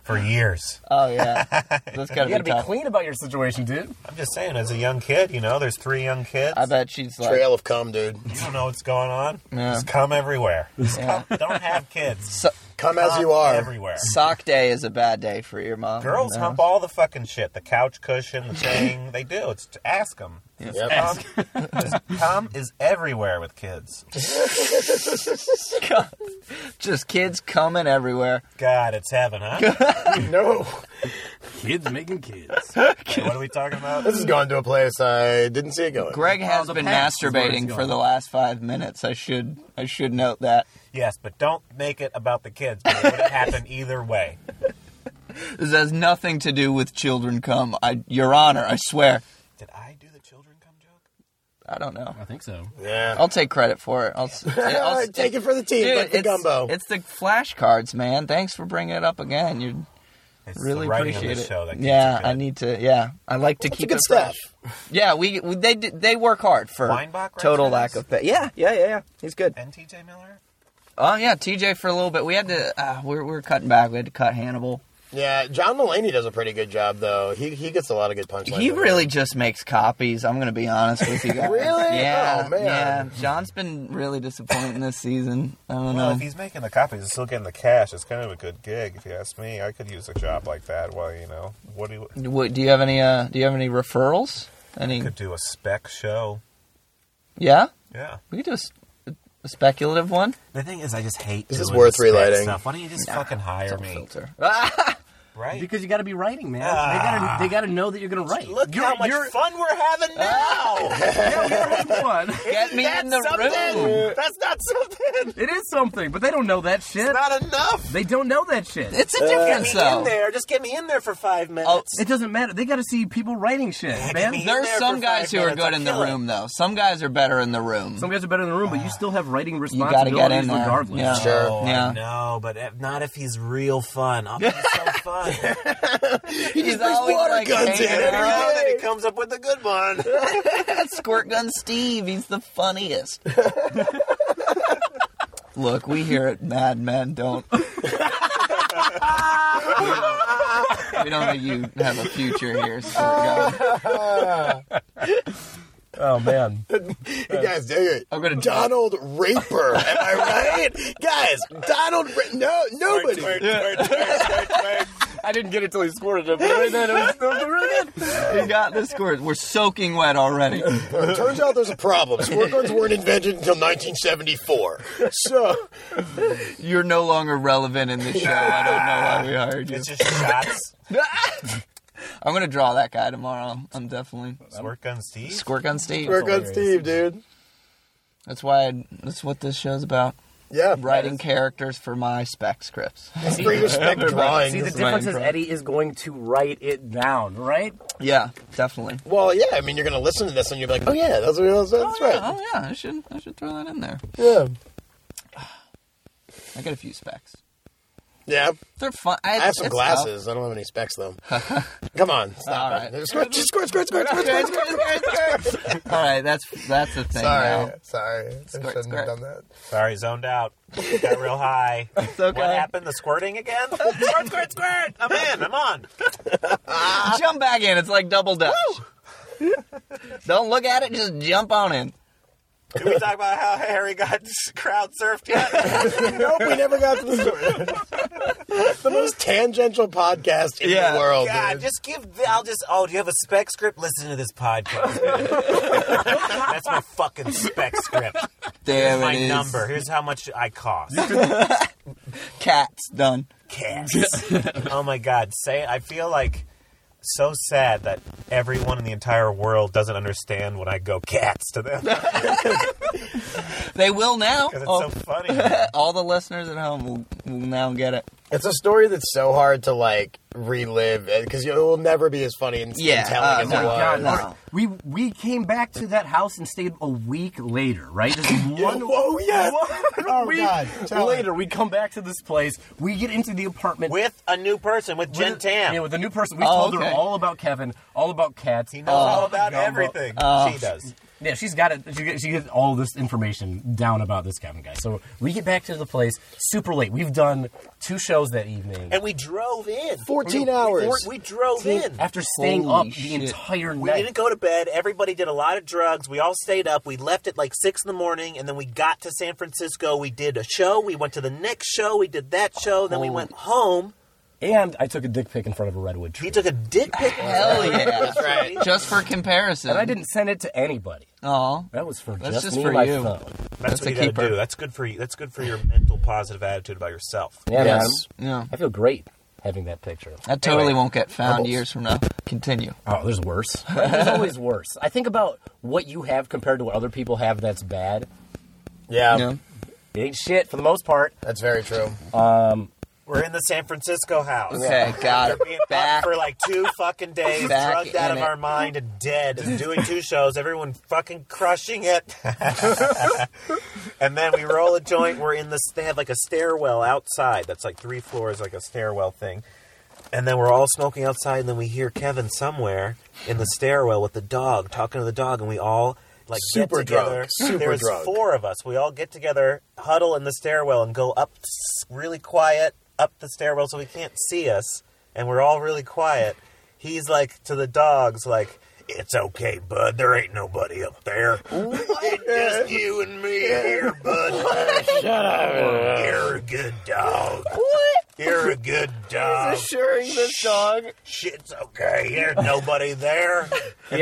S4: For years.
S7: Oh yeah, that's gotta
S6: You gotta
S7: be
S6: be
S7: tough.
S6: clean about your situation, dude.
S4: I'm just saying, as a young kid, you know, there's three young kids.
S7: I bet she's like,
S8: Trail of cum, dude.
S4: You don't know what's going on.
S7: Yeah.
S4: Just come everywhere. Just
S7: Yeah.
S4: come, don't have kids.
S7: so-
S8: Come as
S4: Come
S8: you are.
S4: Everywhere.
S7: sock day is a bad day for your mom.
S4: Girls
S7: you know?
S4: hump all the fucking shit. The couch cushion, the thing. they do. It's to ask them.
S8: Yep.
S4: Tom is everywhere with kids.
S7: just kids coming everywhere.
S4: God, it's heaven, huh?
S8: No,
S6: Kids making kids.
S4: Hey, what are we talking about?
S8: this is going to a place I didn't see it going.
S7: Greg has
S6: the
S7: been
S6: pants is where it's
S7: masturbating for
S6: going.
S7: the last five minutes. I should I should note that.
S4: Yes, but don't make it about the kids. But it would have happened either way.
S7: This has nothing to do with children come. I, Your Honor, I swear.
S4: Did I do the children come joke?
S7: I don't know.
S6: I think so.
S8: Yeah.
S7: I'll take credit for it. I'll, s- I'll s-
S8: Take it for the team,
S7: Dude,
S8: like the
S7: it's,
S8: gumbo.
S7: it's the flashcards, man. Thanks for bringing it up again. You
S4: It's
S7: really
S4: the writing
S7: appreciate
S4: of the
S7: it.
S4: show that keeps
S7: yeah,
S4: it
S7: I
S4: good.
S7: need to. Yeah, I like to
S8: It's a
S7: keep
S8: good
S7: it
S8: stuff.
S7: fresh. Yeah, we, we they d- they work hard for
S4: Weinbach writes
S7: total
S4: for
S7: lack
S4: this?
S7: of pay. Yeah, yeah, yeah, yeah. He's good.
S4: And TJ Miller?
S7: Oh yeah, TJ for a little bit. We had to. Uh, we we're, we we're cutting back. We had to cut Hannibal.
S8: Yeah, John Mulaney does a pretty good job though. He he gets a lot of good punchlines.
S7: He
S8: in there.
S7: really just makes copies. I'm gonna be honest with you guys.
S8: Really?
S7: Yeah.
S8: Oh, man.
S7: Yeah. John's been really disappointing this season. I don't
S4: Well,
S7: know.
S4: if he's making the copies and still getting the cash, it's kind of a good gig, if you ask me. I could use a job like that. Well, you know, what do you
S7: What, do you have any? Uh, do you have any referrals? Any?
S4: could do a spec show?
S7: Yeah.
S4: Yeah.
S7: We could do a, s- a speculative one.
S4: The thing is, I just hate.
S8: This is
S4: doing
S8: worth
S4: spec
S8: relating.
S4: Stuff. Why don't you just fucking hire
S7: Don't
S4: me,
S7: filter.
S4: right?
S6: Because you gotta be writing, man.
S4: Ah.
S6: they gotta they gotta know that you're gonna write.
S4: Look
S6: you're,
S4: how much
S6: you're,
S4: fun we're having now.
S6: Yeah, we are having fun.
S7: Get me in the room.
S8: That's not something.
S6: It is something, but they don't know that shit.
S8: Not enough.
S6: They don't know that shit.
S7: It's
S4: Uh,
S7: a difference, though.
S4: there, just get me in there for five minutes.
S7: Oh,
S6: It doesn't matter. They gotta see people writing shit, man.
S4: me-
S7: There's
S4: there
S7: some
S4: for
S7: guys
S4: five
S7: who are
S4: minutes,
S7: good
S4: I'll
S7: in the
S4: kill it.
S7: room, though. Some guys are better in the room.
S6: Some guys are better in the room, but you still have writing
S7: you gotta
S6: responsibilities
S7: get in there.
S6: regardless.
S7: Yeah. Oh,
S8: Sure.
S7: Yeah.
S4: No, but if- not if he's real fun. Oh, he's so fun.
S7: He's, always
S8: water
S7: like
S8: guns
S7: hanging
S8: in every
S7: around.
S8: day.
S4: he comes up with a good one.
S7: That's Squirt Gun Steve. He's the funniest. Look, we here at Mad Men don't. we don't think you have a future here, Squirt Gun.
S6: Oh man.
S8: You guys dig it.
S7: I'm gonna-
S8: Donald Raper. Am I right? guys, Donald. Ra- no, nobody.
S6: I didn't get it till he squirted it, but right then it was, it was really good.
S7: We got the squirt. We're soaking wet already.
S8: Turns out there's a problem. Squirt guns weren't invented until 1974. So
S7: You're no longer relevant in this show. I don't know why we hired you.
S4: It's just shots.
S7: I'm gonna draw that guy tomorrow. I'm definitely
S4: Squirt gun Steve.
S7: Squirt Gun Steve.
S8: Squirt Gun Steve, dude.
S7: That's why. I, that's what this show's about.
S8: Yeah.
S7: Writing characters for my spec scripts.
S8: For your spec
S6: See, the
S8: drawings.
S6: difference
S7: right.
S6: is Eddie is going to write it down, right?
S7: Yeah, definitely.
S8: Well, yeah. I mean, you're gonna listen to this and you'll be like, oh yeah, that's what it was. That's
S7: oh,
S8: right.
S7: Yeah, oh yeah, I should I should throw that in there.
S8: Yeah.
S7: I got a few specs.
S8: Yeah.
S7: They're fun.
S8: I have some
S7: it's
S8: glasses. I don't have any specs though. Come on. Stop
S7: All
S8: it. Squirt, just squirt, squirt, squirt, squirt, squirt, squirt, squirt, squirt.
S7: tough. All right, that's that's the thing.
S8: Sorry.
S7: Now.
S8: Sorry. I shouldn't
S7: squirt.
S8: have done that.
S4: Sorry, zoned out. Got real high.
S7: okay.
S4: What happened? The squirting again? squirt, squirt, squirt! I'm in. I'm on.
S7: Jump back in. It's like double dutch. Don't look at it. Just jump on in.
S4: Did we talk about how Harry got crowd surfed yet?
S8: Nope, we never got to the story. the most tangential podcast in
S7: Yeah.
S8: the world.
S4: God,
S8: dude.
S4: just give. The, I'll just. Oh, do you have a spec script? Listen to this podcast. That's my fucking spec script.
S7: Damn
S4: My
S7: it is.
S4: number. Here's how much I cost.
S7: Cats done.
S4: Cats. oh my God. Say. I feel like so sad that everyone in the entire world doesn't understand when I go cats to them because
S7: They will now.
S4: it's
S7: Oh,
S4: so funny.
S7: all the listeners at home will, will now get it.
S8: It's a story that's so hard to like relive because it will never be as funny in, in
S7: Yeah, uh,
S8: telling as
S7: no,
S8: it was.
S7: God, no.
S6: We we came back to that house and stayed a week later, right? Just one,
S8: Oh, yes.
S6: one
S8: Oh,
S6: week
S8: God. Tell
S6: later, we come back to this place. We get into the apartment
S4: With a new person, with Jen
S6: with-
S4: Tam.
S6: Yeah, with a new person. We
S7: Oh,
S6: told
S7: okay.
S6: her all about Kevin, all about cats. Oh,
S4: he knows all about everything. she does.
S6: Yeah, she's got it. She, she gets all this information down about this Kevin guy. So we get back to the place super late. We've done two shows that evening.
S4: And we drove in.
S8: 14
S4: We-
S8: hours.
S4: We, drove in.
S6: after staying
S7: Holy
S6: up
S7: shit.
S6: the entire
S4: We
S6: night.
S4: didn't go to bed. Everybody did a lot of drugs. We all stayed up. We left at like six in the morning, and then we got to San Francisco. We did a show. We went to the next show. We did that show. Then we went home.
S6: and I took a dick pic in front of a redwood tree.
S4: He took a dick pic.
S7: Hell yeah. That's
S8: right.
S7: Just for comparison.
S6: and I didn't send it to anybody.
S7: Aw.
S6: That was for
S7: That's
S6: just,
S7: just
S6: me
S7: for
S6: and my
S7: you.
S6: phone.
S4: That's,
S7: That's a
S4: what you gotta
S7: keeper.
S4: do. That's good for you. That's good for your mental positive attitude about yourself.
S6: Yeah,
S8: Yes.
S7: Yeah.
S6: I feel great having that picture.
S7: That totally
S4: Anyway,
S7: won't get found
S6: Rebels.
S7: years from now. Continue.
S6: Oh, there's worse. there's always worse. I think about what you have compared to what other people have that's bad.
S8: Oh, Yeah,
S7: Yeah.
S6: It ain't shit for the most part.
S8: that's very true.
S4: We're in the San Francisco house.
S7: Okay, got it.
S4: We're being
S7: Back.
S4: up for like two fucking days,
S7: Back
S4: drugged out
S7: in
S4: of
S7: it.
S4: our mind and dead, and doing two shows. Everyone fucking crushing it. and then we roll a joint. We're in this. They have like a stairwell outside. That's like three floors, like a stairwell thing. And then we're all smoking outside, and then we hear Kevin somewhere in the stairwell with the dog talking to the dog, and we all. Like
S8: Super
S4: get together.
S8: drunk, super
S4: There's
S8: drunk.
S4: four of us. We all get together, huddle in the stairwell, and go up s- really quiet up the stairwell so he can't see us. And we're all really quiet. He's like to the dogs, like, "It's okay, bud. There ain't nobody up there. It's just you and me here, bud. Shut up. You're a good dog. What? You're a good dog.
S8: assuring this dog.
S4: Shit's okay. There ain't nobody there."
S6: We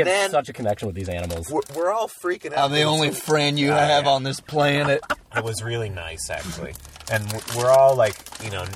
S4: And
S6: have
S4: then
S6: such a connection with these animals.
S4: we're, we're all freaking out.
S7: I'm the only friend you have on this planet.
S4: It was really nice, actually. And w- we're all like, you know,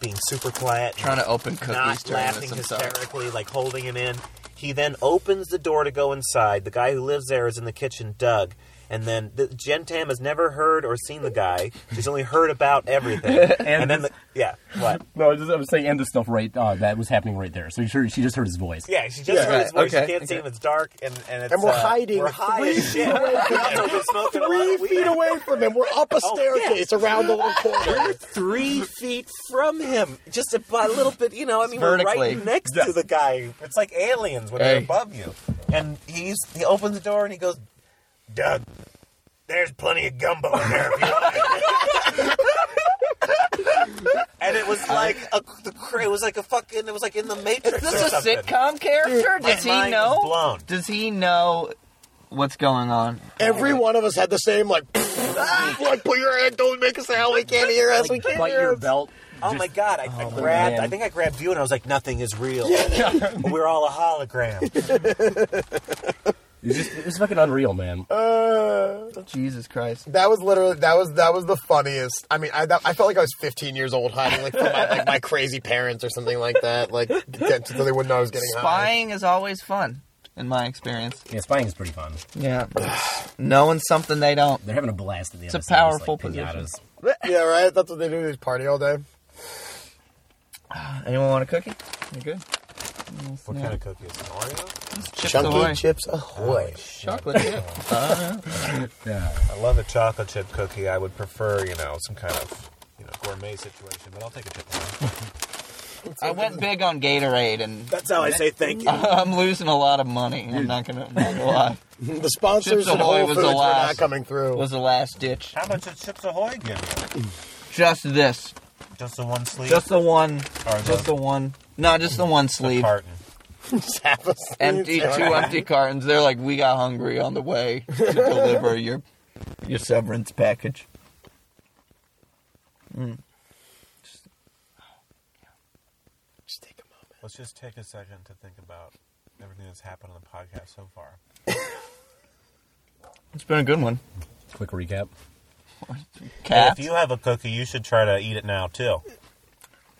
S4: being super quiet, and
S7: Trying to open cookies
S4: not
S7: during
S4: laughing
S7: this. I'm sorry.
S4: hysterically, like holding him in. He then opens the door to go inside. The guy who lives there is in the kitchen, Doug. And then the, Jen Tam has never heard or seen the guy. She's only heard about everything. and, then, the, yeah, what?
S6: No, I, just, I was saying, and the stuff right uh, that was happening right there. So she, she just heard his voice.
S4: Yeah, she just
S8: Yeah.
S4: heard his voice.
S7: Okay,
S4: She can't see
S7: okay.
S4: him. It's dark, and and it's
S8: And we're
S4: uh,
S8: hiding
S4: We're hiding.
S8: three
S4: shit.
S8: feet away
S4: We also been smoking a lot
S8: Three
S4: of weed.
S8: feet away from him. We're up
S7: Oh,
S8: a staircase around the little corner.
S4: three feet from him, just a, a little bit. You know, I mean, we're
S7: Vertically.
S4: right next to the guy. It's like aliens when they're
S7: Hey.
S4: above you. And he's he opens the door and he goes, "Doug, there's plenty of gumbo in there." If you want." and it was like a the cra- it was like a fucking it was like in the Matrix
S7: Is
S4: or
S7: this a
S4: something.
S7: sitcom character?
S4: My
S7: Does he
S4: mind is
S7: know?
S4: blown.
S7: Does he know what's going on?
S8: Every one of us had the same like,
S7: Ah!
S8: like put your hand, don't make us sound. We can't hear us. We can't
S6: Bite
S8: hear
S6: your
S8: us.
S6: belt.
S4: Oh my god! I, I grabbed. I think I grabbed you, and I was like, "Nothing is real. We're all a hologram."
S6: It's just, it was fucking unreal, man.
S8: Uh,
S7: Jesus Christ.
S8: That was literally that was that was the funniest. I mean, I that, I felt like I was 15 years old hiding like from my, like my crazy parents or something like that. Like get, so they wouldn't know I was getting high.
S7: Spying is always fun, in my experience.
S6: yeah, spying is pretty fun.
S7: Yeah. Knowing something they don't.
S6: They're having a blast at the end.
S7: a
S6: of some of these,
S7: powerful
S6: like,
S7: position.
S6: piñatas.
S8: Yeah, right. That's what they do. They just party all day.
S7: Anyone want a cookie? You're good.
S4: what kind of cookie is it? Oreo?
S7: Chips
S8: Chunky
S7: Ahoy.
S8: chips ahoy.
S7: Chocolate chip.
S6: Yeah.
S4: I love a chocolate chip cookie. I would prefer, you know, some kind of, you know, gourmet situation, but I'll take a chip.
S7: I went big on Gatorade, and
S4: That's how I say thank you.
S7: I'm losing a lot of money. I'm not gonna, I'm not gonna lie.
S8: The sponsors
S7: Chips
S8: at
S7: Ahoy
S8: Whole
S7: was
S8: Foods
S7: the
S8: were not
S7: last.
S8: coming through.
S7: was the last ditch.
S4: How much is Chips Ahoy give you?
S7: Just this.
S4: Just the one sleeve?
S7: Just the one.
S4: or the,
S7: Just the one. No, just the one
S4: the
S7: sleeve.
S4: carton?
S8: Just half a sleeve.
S7: Empty, two empty cartons. They're like, we got hungry on the way to deliver your Your severance package.
S8: Just take a moment.
S4: Let's just take a second to think about everything that's happened on the podcast so far.
S7: It's been a good one.
S6: Quick recap.
S7: Cat,
S4: If you have a cookie, you should try to eat it now too.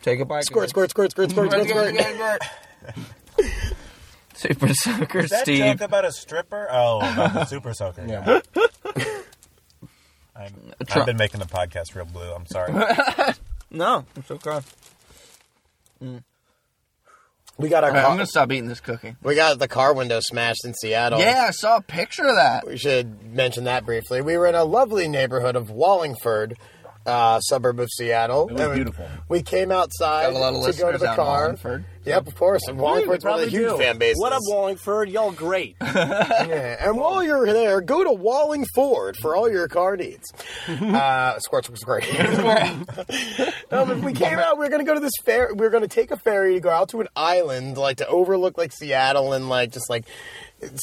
S7: take a bite.
S8: Squirt, squirt, squirt, squirt, squirt, squirt, squirt.
S7: Super Sucker
S4: That
S7: Steve.
S4: joke about a stripper? Oh, about the super soaker.
S6: Yeah.
S4: I'm,
S7: Try-
S4: I've been making the podcast real blue. I'm sorry.
S7: No, it's okay.
S8: We got our
S7: I'm
S8: car,
S7: gonna stop eating this cookie.
S8: we got the car window smashed in Seattle.
S7: Yeah, I saw a picture of that.
S8: We should mention that briefly. We were in a lovely neighborhood of Wallingford, uh, suburb of Seattle.
S6: It was
S8: And we-
S6: beautiful.
S8: We came
S7: Got
S8: outside
S7: a lot of
S8: to go to
S7: listeners
S8: the
S7: out in
S8: car.
S7: Wallingford.
S8: Yep, of course. And Wallingford's one of the huge fan bases.
S6: What up, Wallingford? Y'all great.
S8: Yeah, And while you're there, go to Wallingford for all your car needs. uh, squirt, squirt, squirt. um, if we came out, we were going to go to this ferry. We were going to take a ferry to go out to an island, like to overlook like Seattle and like just like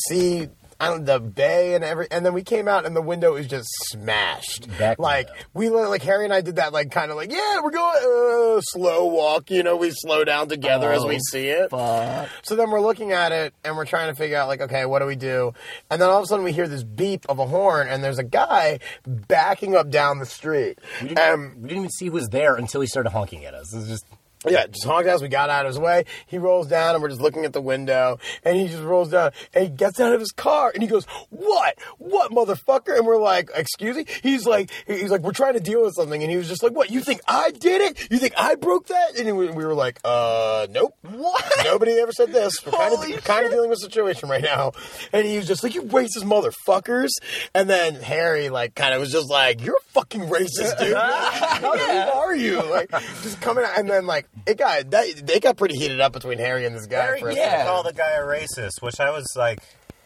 S8: see. I don't, the bay and every, and then we came out and the window is just smashed.
S6: Back
S8: like
S6: window.
S8: we li- like Harry and I did that like kind of like yeah we're going uh, slow walk you know we slow down together as we
S7: Oh,
S8: see it.
S7: Fuck.
S8: So then we're looking at it and we're trying to figure out, like, okay, what do we do? And then all of a sudden we hear this beep of a horn and there's a guy backing up down the street.
S6: We didn't,
S8: Um,
S6: we didn't even see who was there until he started honking at us. This is just
S8: yeah, just honked at us. We got out of his way. He rolls down and we're just looking at the window and he just rolls down and he gets out of his car and he goes, what? What, motherfucker? And we're like, excuse me? He's like, he's like, we're trying to deal with something. And he was just like, what? You think I did it? You think I broke that? And we, we were like, uh, nope.
S6: Mm.
S8: What? Nobody ever said this. We're kind of,
S7: Holy
S8: we're kind of dealing with a situation right now. And he was just like, you racist motherfuckers. And then Harry, like, kind of was just like, you're a fucking racist, dude. How dumb are you? Like, just coming out. And then, like, it got, that, they got pretty heated up between Harry and this guy for a
S4: yeah.
S8: second.
S4: Call the guy a racist, which I was like,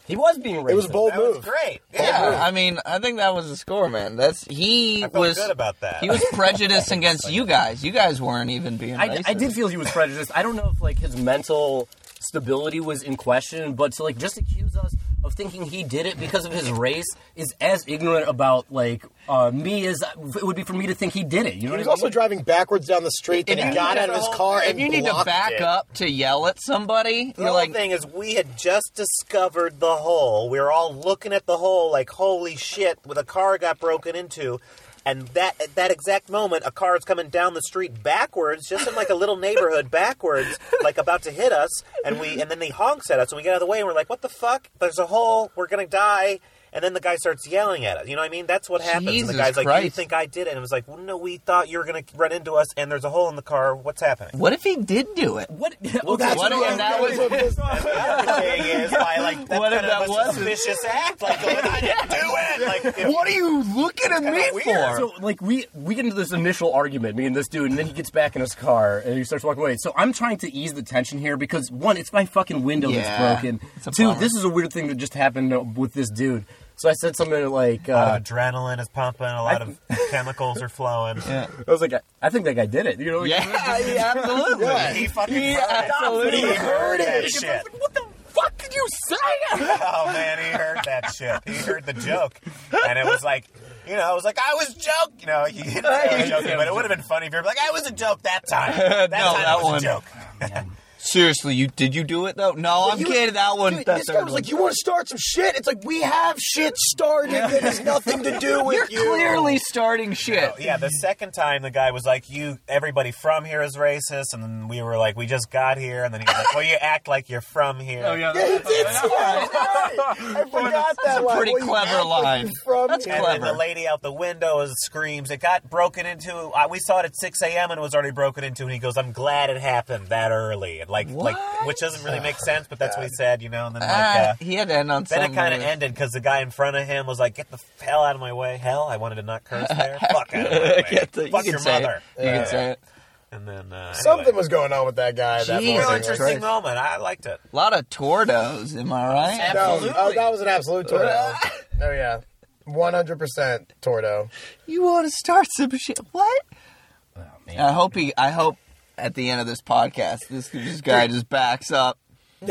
S6: he was being racist.
S8: It was a bold
S4: that was
S8: move.
S4: great.
S7: Yeah, I mean, I think that was the score, man. That's he
S4: I felt
S7: was
S4: good about that.
S7: he was prejudiced against you guys. You guys weren't even being
S6: I,
S7: racist.
S6: I did feel he was prejudiced. I don't know if like his mental stability was in question, but to like just accuse us of thinking he did it because of his race is as ignorant about like uh, me as it would be for me to think he did it. You know
S8: He was
S6: what I mean?
S8: also driving backwards down the street, and he
S7: you
S8: got
S7: need
S8: out of
S7: to
S8: his
S7: hold-
S8: car
S7: if
S8: and
S7: you need to
S8: blocked
S7: back
S8: it.
S7: up to yell at somebody,
S4: The
S7: you're
S4: whole
S7: like,
S4: thing is, we had just discovered the hole. We were all looking at the hole like, holy shit, with a car got broken into. And that at that exact moment, a car is coming down the street backwards, just in like a little neighborhood backwards, like about to hit us. And we and then he honks at us, and we get out of the way, and we're like, "What the fuck? There's a hole. We're gonna die." And then the guy starts yelling at us. You know what I mean? That's what happens. and
S7: Jesus
S4: the guy's like, "You
S7: Christ.
S4: think I did?" it?" And it was like, well, "No, we thought you were gonna run into us, and there's a hole in the car. What's happening?"
S7: what if he did do it?
S6: What?
S7: Well,
S6: okay,
S7: that's what
S6: so-
S7: I- and that was-
S4: thing is by like that's
S7: What if
S4: kind
S7: that
S4: of a
S7: wasn't?
S4: suspicious act. Like going, I didn't do it. Like if,
S7: What are you looking at me for?
S6: So like we we get into this initial argument, me and this dude, and then he gets back in his car and he starts walking away. So I'm trying to ease the tension here because one, it's my fucking window
S7: Yeah,
S6: that's broken.
S7: it's a
S6: Two,
S7: bummer.
S6: this is a weird thing that just happened with this dude. So I said something like,
S4: a
S6: uh,
S4: lot of adrenaline is pumping, a lot of chemicals are flowing.
S7: yeah,
S6: I was like, I, I think that guy did it. You know, like,
S7: Uh, yeah, yeah, absolutely.
S4: He fucking
S7: He
S4: heard it.
S7: absolutely
S4: He heard
S8: heard
S4: that
S8: it.
S4: shit.
S6: what the fuck did you say?
S4: Oh man, he heard that shit. He heard the joke, and it was like. You know, I was like, I was joking. You know, he didn't say I was joking, but it would have been funny if you were like, I was a joke that time. That
S7: No,
S4: time
S7: that
S4: was
S7: one.
S4: a joke.
S7: Seriously, you did you do it though? No, I'm
S8: you-
S7: kidding. That one.
S8: Dude,
S7: that
S8: this
S7: third
S8: guy was
S7: one.
S8: like, "You want to start some shit?" It's like we have shit started that has nothing to do with
S7: You're
S8: you.
S7: clearly starting shit.
S4: Yeah, the second time the guy was like, "You, everybody from here is racist," and then we were like, "We just got here," and then he was like, "Well, you act like you're from here."
S6: Oh yeah.
S8: Yeah, he did say that. Right. I forgot that line.
S7: pretty
S8: Well, you
S7: clever
S8: act like
S7: line.
S8: you're From
S7: That's
S8: here.
S4: And
S7: clever.
S4: then the lady out the window is- screams, "It got broken into." I, we saw it at six a.m. and it was already broken into. And he goes, "I'm glad it happened that early." And like, like,
S7: What?
S4: which doesn't really make sense, but that's what he said, you know. And then like,
S7: Ah,
S4: uh,
S7: he had to end on
S4: then
S7: something.
S4: it kind of
S7: weird.
S4: ended because the guy in front of him was like, "Get the f- hell out of my way, hell!" I wanted to not curse there. Fuck out of my way.
S7: Get the- you
S4: Fuck
S7: can
S4: your
S7: say it.
S4: mother. Uh,
S7: You can say it.
S4: And then uh,
S8: Something
S4: anyway.
S8: was going on with that guy. That
S7: Jeez.
S8: morning.
S4: Real
S7: Right.
S4: interesting moment. I liked it.
S7: A lot of tordos, am I right?
S8: No, oh, that was an absolute tordo. oh yeah, one hundred percent tordo.
S7: You want to start some shit? What? I hope he. I hope at the end of this podcast, this this guy just backs up.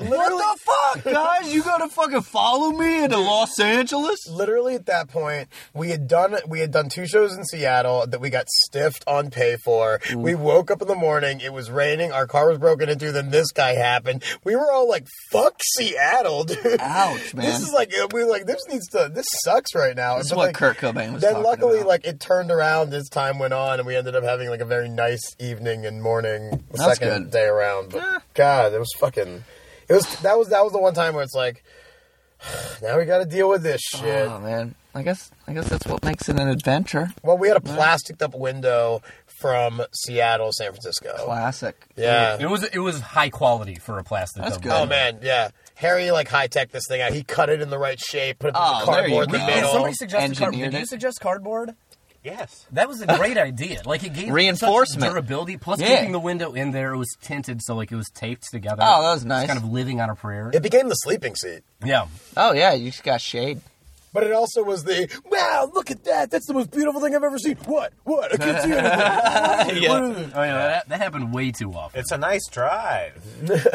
S8: literally,
S7: the fuck, guys? You gotta fucking follow me into Los Angeles?
S8: literally at that point, we had done we had done two shows in Seattle that we got stiffed on pay for.
S7: Mm.
S8: We woke up in the morning, it was raining, our car was broken into, then this guy happened. We were all like, "Fuck Seattle, dude!"
S7: Ouch, man.
S8: This is like we were like this needs to this sucks right now.
S7: This is
S8: But,
S7: what
S8: like,
S7: Kurt Cobain was
S8: Then
S7: talking
S8: luckily,
S7: about.
S8: like it turned around as time went on, and we ended up having like a very nice evening and morning. The
S7: That's
S8: second
S7: good.
S8: day around, but God, it was fucking. It was that was that was the one time where it's like. Now we got to deal with this shit.
S7: Oh man. I guess I guess that's what makes it an adventure.
S8: Well, we had a plasticked up window from Seattle, San Francisco.
S7: Classic.
S6: It
S8: Yeah.
S6: was it was high quality for a plastic.
S7: That's
S6: cover.
S7: good.
S8: Oh man, yeah. Harry like high tech this thing out. He cut it in the right shape, put it in
S7: Oh,
S8: the
S7: there you
S8: cardboard in the
S7: go.
S6: Did
S8: middle.
S6: somebody suggest cardboard?
S7: Engineered
S6: Did you
S7: it.
S6: suggest cardboard?
S4: Yes.
S6: That was a great idea. Like it gave
S7: Reinforcement.
S6: such durability. Plus,
S7: Yeah.
S6: keeping the window in there, it was tinted, so like it was taped together.
S7: Oh, that was nice.
S6: It's kind of living on a prayer.
S8: It became the sleeping seat.
S6: yeah,
S7: Oh yeah, you just got shade.
S8: But it also was the wow, look at that. That's the most beautiful thing I've ever seen. What? What? I can't see anything.
S7: yeah.
S6: Oh, yeah, that, that happened way too often.
S4: It's a nice drive.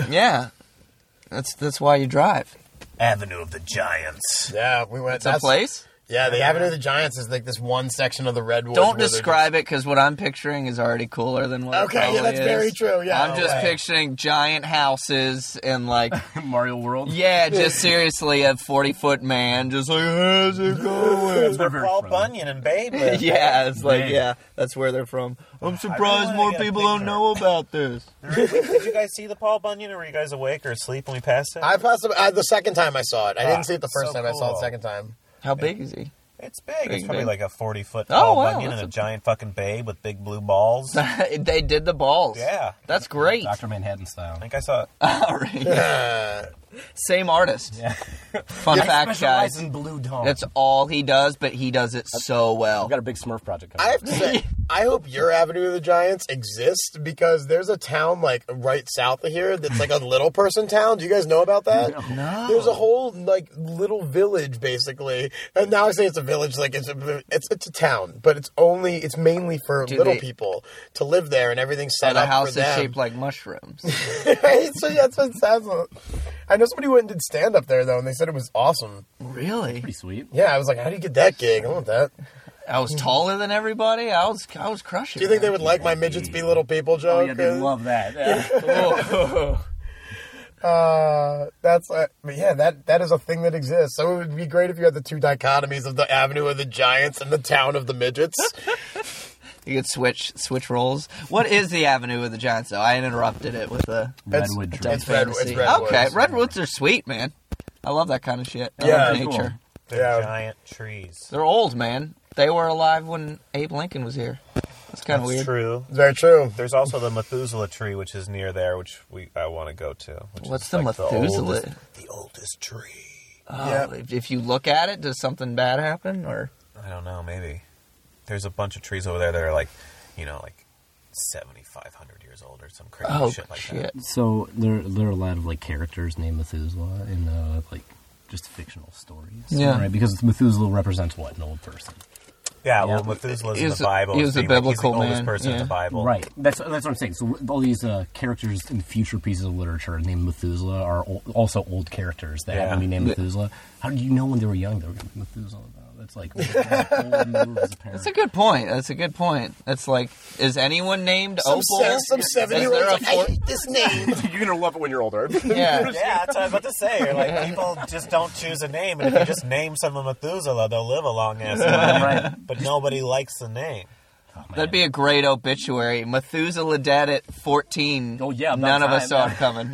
S7: yeah. That's that's why you drive.
S4: Avenue of the Giants.
S8: yeah, we went.
S7: It's a place.
S8: Yeah, the Avenue of the Giants is like this one section of the redwood.
S7: Don't describe it because what I'm picturing is already cooler than what. it
S8: Okay, yeah,
S7: probably
S8: that's
S7: is.
S8: very true, yeah,
S7: I'm just
S8: okay.
S7: picturing giant houses and like,
S6: Mario World.
S7: yeah, just seriously a 40 foot man just like, how's it going?
S4: That's where
S6: River
S4: Paul
S6: from.
S4: Bunyan and Babe live.
S7: yeah, it's like,
S6: Man.
S7: yeah, that's where they're from. I'm surprised
S4: wanna
S7: more
S4: get a
S7: people don't
S4: picture.
S7: know about this.
S4: Did you guys see the Paul Bunyan, or were you guys awake or asleep when we passed it?
S8: I passed it uh, the second time I saw it. I
S4: Ah,
S8: didn't see it the
S4: so
S8: first time. I saw it
S4: cool.
S8: the second time.
S7: How big is he?
S4: It's big.
S7: Big,
S4: It's probably
S7: big.
S4: like a forty foot
S7: Oh,
S4: Paul
S7: wow,
S4: Bunyan and
S7: that's
S4: a,
S7: a-
S4: giant fucking babe with big blue balls. I
S7: they did the balls.
S4: Yeah.
S7: That's great.
S6: Doctor Manhattan style.
S4: think I saw.
S7: All right.
S8: Uh,
S7: Same artist. Fun fact,
S6: Specialize
S7: guys.
S6: in blue dawn.
S7: That's all he does, but he does it so well.
S6: I've got a big Smurf project
S8: I
S6: coming.
S8: have to say, I hope your Avenue of the Giants exists because there's a town like right south of here that's like a little person town. Do you guys know about that? No. There's a whole like little village basically, and now I say it's a village, like it's a it's it's a town, but it's only it's mainly for
S7: Do
S8: little
S7: they-
S8: people to live there, and everything's set
S7: And the
S8: up
S7: house
S8: for
S7: is
S8: them.
S7: shaped like mushrooms.
S8: right? So yeah, that's what it sounds. like. I know somebody went and did stand up there though, and they said it was awesome.
S7: really?
S6: Pretty sweet.
S8: Yeah, I was like, how do you get that gig? I want that.
S7: I was taller than everybody. I was I was crushing.
S8: Do you think they
S7: it.
S8: would like my midgets be little people
S7: Oh,
S8: joke?
S6: that. Yeah.
S8: Uh, that's uh, but yeah, that that is a thing that exists. So it would be great if you had the two dichotomies of the avenue of the giants and the town of the midgets.
S7: you could switch switch roles? What is the Avenue of the Giants? Though I interrupted it with a
S6: Redwood
S7: a
S6: dress.
S8: It's red-
S7: fantasy.
S8: it's redwoods.
S7: Okay, redwoods are sweet, man. I love that kind of shit. I
S8: Yeah,
S7: love
S8: cool.
S7: nature.
S4: They're
S8: Yeah.
S4: giant trees.
S7: They're old, man. They were alive when Abe Lincoln was here. That's kind of
S4: That's
S7: weird.
S4: true.
S8: It's very true.
S4: There's also the Methuselah tree, which is near there, which we I want to go to. which is,
S7: What's the
S4: like,
S7: Methuselah?
S4: The oldest, the oldest tree.
S7: Oh,
S8: Yeah.
S7: if, if you look at it, does something bad happen? Or
S4: I don't know. Maybe there's a bunch of trees over there that are like, you know, like 7,500 years old or some crazy
S7: oh
S4: shit like
S7: shit.
S4: that.
S6: So there, there are a lot of like characters named Methuselah in uh, like just fictional stories.
S7: Yeah.
S6: right. Because Methuselah represents what an old person.
S4: Yeah, well,
S6: Yeah.
S4: Methuselah's
S7: He
S4: in
S7: was
S4: the
S7: a-
S4: Bible.
S7: he
S4: It's
S7: was a
S4: named like
S7: biblical
S4: he's the
S7: man,
S4: oldest person
S7: yeah.
S4: in the Bible.
S6: Right. That's that's what I'm saying. So all these uh, characters in future pieces of literature named Methuselah are o- also old characters that haven't
S4: Yeah.
S6: been named Methuselah. How do you know when they were young they were going to be Methuselah? Though? That's like old move as a parent.
S7: That's a good point. That's a good point. That's like, is anyone named
S8: Some,
S7: Opal?
S8: se- some
S7: Is
S8: seven year
S7: there a
S8: olds like, I
S7: fourth-
S8: hate this name.
S3: You're gonna love it when you're older.
S7: Yeah.
S4: Yeah, that's what I was about to say. You're like people just don't choose a name, and if you just name someone Methuselah, they'll live a long ass time.
S6: Right.
S4: But nobody likes the name.
S7: That'd be a great obituary. Methuselah dead at 14.
S6: Oh, yeah, about
S7: None of
S6: time,
S7: us saw it coming.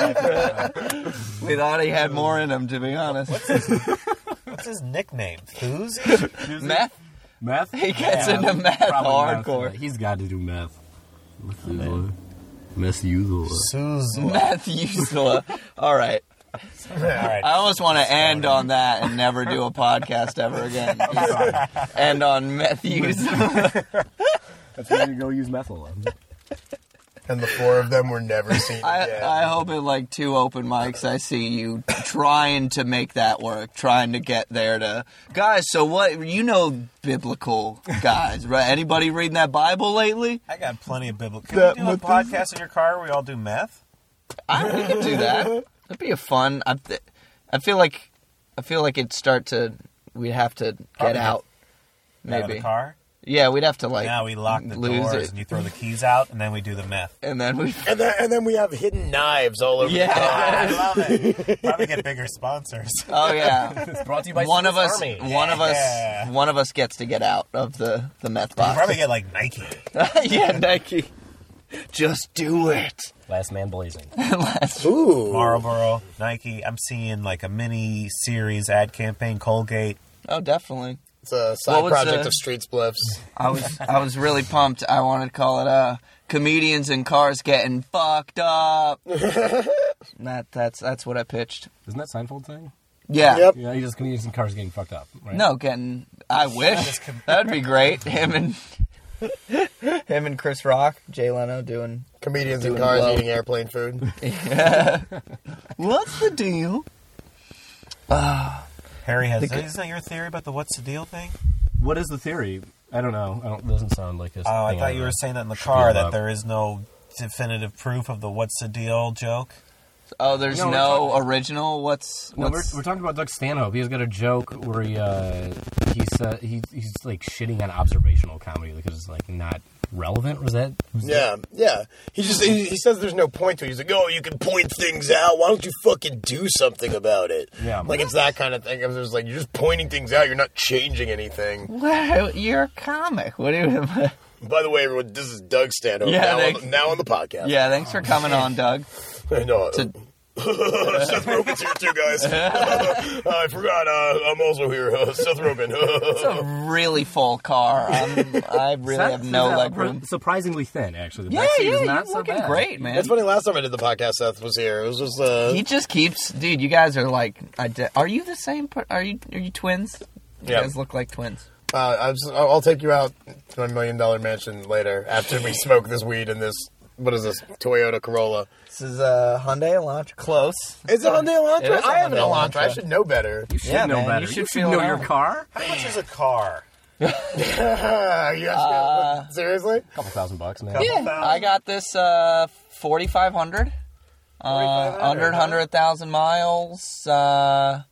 S7: we thought he had more in him, to be honest.
S4: What's his nickname? Thuzy?
S7: Meth?
S6: meth.
S7: He gets into meth
S6: probably
S7: hardcore.
S6: Meth. He's got to do meth. Methuselah. Methuselah.
S4: Methuselah.
S7: Methuselah. All right.
S4: All right.
S7: I almost want to end on that and never do a podcast ever again. end on Methuselah.
S6: That's where you go use methylone.
S8: and the four of them were never seen again.
S7: I, I hope in like two open mics I see you trying to make that work, trying to get there to guys. So what you know, biblical guys, right? Anybody reading that Bible lately?
S4: I got plenty of biblical. Can we do a podcast in your car where we all do meth?
S7: I, we could do that. That'd be a fun. I, th- I feel like, I feel like it'd start to. We'd have to get
S4: Probably.
S7: out.
S4: Out of
S7: Maybe.
S4: the car.
S7: Yeah, we'd have to like.
S4: now we lock the
S7: lose
S4: doors
S7: it,
S4: and you throw the keys out, and then we do the meth.
S7: and then we.
S8: And then, and then we have hidden knives all over. the car.
S7: Yeah.
S4: love it. Probably get bigger sponsors.
S7: Oh yeah.
S1: It's brought to you by
S7: One of
S1: Swiss
S7: us.
S1: Army.
S7: One of us.
S4: Yeah.
S7: One of us gets to get out of the the meth box.
S4: Probably get like Nike.
S7: yeah, Nike. Just do it.
S6: Last man blazing.
S8: Ooh.
S4: Marlboro, Nike. I'm seeing like a mini series ad campaign, Colgate.
S7: Oh, definitely.
S8: It's a
S7: What
S8: side
S7: was
S8: project
S7: the-
S8: of Street Spliffs.
S7: I was I was really pumped. I wanted to call it uh comedians in cars getting fucked up. that that's that's what I pitched.
S6: Isn't that Seinfeld thing?
S7: Yeah.
S8: Yep.
S6: Yeah, he just comedians in cars getting fucked up. Right?
S7: No, getting I wish. That'd be great. Him and him and Chris Rock, Jay Leno doing
S8: Comedians in
S7: Doing
S8: cars
S7: blow.
S8: eating airplane food.
S7: What's the deal?
S4: Harry has. Isn't that your theory about the what's the deal thing?
S6: What is the theory? I don't know. I don't. It doesn't sound like this.
S4: Oh, I
S6: thing
S4: thought you
S6: know.
S4: were saying that in the car that
S6: up.
S4: there is no definitive proof of the what's the deal joke.
S7: Oh, there's
S6: No,
S7: no,
S6: we're
S7: original. What's
S6: No, we're,
S7: what's
S6: we're talking about Doug Stanhope. He's got a joke where he uh, he said he, he's like shitting on observational comedy because it's like not relevant. Was that? was that-
S8: Yeah, yeah. He just he, he says there's no point to it. He's like, oh, you can point things out. Why don't you fucking do something about it?
S6: Yeah.
S8: like it's that kind of thing. It's just like you're just pointing things out. You're not changing anything.
S7: Wow, you're a comic. What do you?
S8: By the way, everyone, this is Doug Stanhope.
S7: Yeah,
S8: now,
S7: thanks.
S8: on, now on the podcast.
S7: yeah, thanks for coming on, Doug.
S8: I know.
S7: To-
S8: Seth Rogen's here too, guys. I forgot. Uh, I'm also here. Seth Rogen.
S7: It's a really full car. I'm, I really have no
S6: Seth-
S7: leg room.
S6: Surprisingly thin, actually. The
S7: uh, Yeah,
S6: back seat
S7: yeah,
S6: is
S7: you're
S6: not so
S7: looking
S6: bad.
S7: great, man.
S8: It's funny. Last time I did the podcast, Seth was here. It was just uh,
S7: He just keeps, dude. You guys are like, I de- are you the same? Per- are you are you twins? You
S8: Yeah.
S7: guys look like twins.
S8: Uh, I was, I'll I'll take you out to my million dollar mansion later after we smoke this weed and this. What is this? Toyota Corolla.
S7: This is a Hyundai Elantra. Close.
S8: Is it Hyundai
S7: It is
S8: Elantra?
S7: a
S8: I have an
S7: Hyundai
S8: Elantra. I
S7: Elantra.
S8: should know better.
S6: You should
S7: Yeah,
S6: know
S7: man,
S6: better.
S7: you
S6: You
S7: should
S6: should,
S7: feel
S6: know
S7: it
S6: your
S7: out.
S6: car.
S4: How much is a car?
S8: Uh, you asked me- seriously?
S6: A couple thousand bucks, man.
S4: Couple
S7: Yeah,
S4: thousand?
S7: I got this uh, 4,500. Uh,
S4: 4,500,
S7: under
S4: huh?
S7: 100,000 miles. Uh,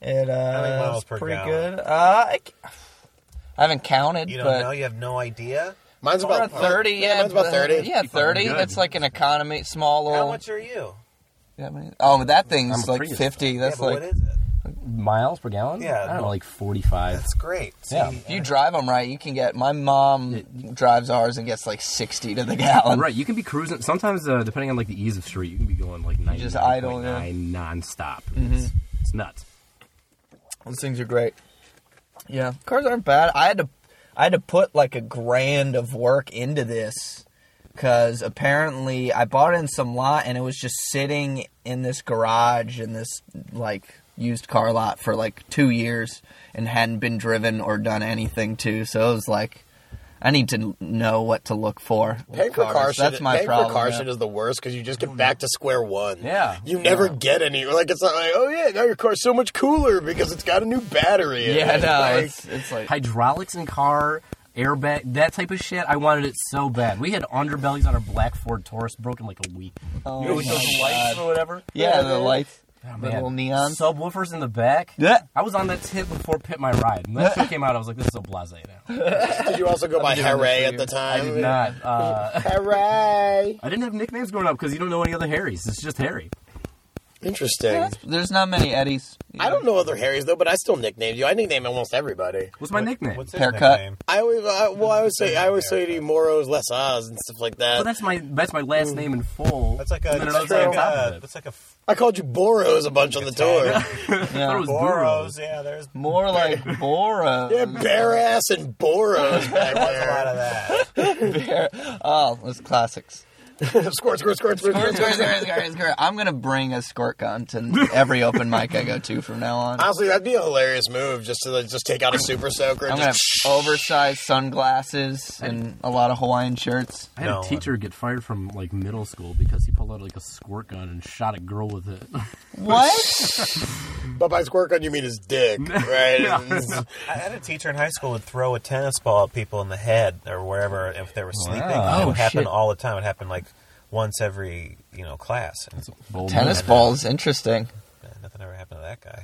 S7: it
S4: many
S7: uh,
S4: miles
S7: it's
S4: per
S7: pretty
S4: gallon?
S7: good. Uh, I, c- I haven't counted,
S4: You don't
S7: but
S4: know. You have no idea.
S8: Mine's about
S7: around 30. Yeah,
S8: mine's about
S7: but- uh,
S8: 30.
S7: Yeah, 30.
S6: good.
S7: That's like an economy, small
S4: How
S7: little.
S4: much are you?
S7: Yeah, I mean- oh, that thing's
S6: I'm a
S7: like
S6: Prius,
S7: 50. That's
S4: yeah, but
S7: like
S4: what is it?
S6: Miles per gallon?
S4: Yeah,
S6: I don't
S4: no.
S6: know, like forty-five.
S4: That's great. See,
S6: Yeah.
S7: If you drive them right, you can get. My mom drives ours and gets like sixty to the gallon.
S6: Right, you can be cruising. Sometimes, uh, depending on like the ease of street, you can be going like ninety,
S7: just idle, yeah.
S6: nonstop. It's, it's nuts.
S7: Those things are great. Yeah, cars aren't bad. I had to, I had to put like a grand of work into this because apparently I bought it in some lot and it was just sitting in this garage in this like used car lot for like two years and hadn't been driven or done anything to. So it was like. I need to know what to look for. with
S8: Paying for
S7: cars.
S8: car shit,
S7: That's my
S8: paying
S7: problem.
S8: for car
S7: yeah. Mm.
S8: shit is the worst because you just get back to square one.
S6: Yeah.
S8: You never get any. Like, it's not like, oh, yeah, now your car's so much cooler because it's got a new battery in
S7: Yeah,
S8: it.
S7: no,
S8: Like,
S7: it's, it's like
S6: hydraulics in car, airbag, that type of shit. I wanted it so bad. We had underbellies on our black Ford Taurus, broken like a week.
S7: Oh
S6: you know, with
S7: my
S6: those lights or whatever.
S7: yeah, the lights, the
S6: Oh, man.
S7: little neons.
S6: subwoofers in the back.
S7: Yeah.
S6: I was on that tip before Pit My Ride. When that shit came out, I was like, "This is a blase now."
S8: Did you also go by Hooray at the
S6: I
S8: time?
S6: did not. Uh,
S8: Hooray.
S6: I didn't have nicknames growing up because you don't know any other Harrys. It's just Harry.
S8: Interesting.
S7: Yeah, There's not many Eddies.
S8: I don't know other Harrys though, but I still nickname you. I nickname almost everybody.
S6: What's my nickname?
S4: What's his
S7: Haircut.
S4: nickname?
S8: I always, I, well, I always say, I always say to you, Moros, less Oz, and stuff like
S6: Well,
S8: that.
S6: that's my that's my last name in full.
S4: That's like
S6: And
S4: a.
S6: then
S4: That's
S6: another
S4: like
S6: on top
S4: a.
S6: of it.
S4: That's like a. f-
S8: I called you Boros a bunch on the tour.
S6: I thought it was
S4: Boros.
S6: Boros.
S4: Yeah, there's
S7: More like Bora.
S8: yeah, bare ass and Boros back
S4: a lot of
S8: there.
S4: that.
S7: Oh, those classics.
S8: squirt, squirt, squirt, squirt,
S7: Squirt,
S8: squirt.
S7: squirt, squirt, squirt, squirt. I'm gonna bring a squirt gun to every open mic I go to from now on.
S8: Honestly, that'd be a hilarious move just to like, just take out a super soaker
S7: I'm
S8: and
S7: gonna have
S8: just
S7: oversized sunglasses and a lot of Hawaiian shirts.
S6: I had
S4: No,
S6: a teacher get fired from like middle school because he pulled out like a squirt gun and shot a girl with it.
S7: What?
S8: but by squirt gun you mean his dick, right? It's-
S4: I had a teacher in high school would throw a tennis ball at people in the head or wherever if they were sleeping.
S6: Wow.
S4: It
S7: Oh,
S4: would happen
S7: shit.
S4: all the time. It happened like once every you know class. And
S6: Bold
S7: Tennis
S6: move.
S7: balls, interesting.
S4: man, nothing ever happened to that guy.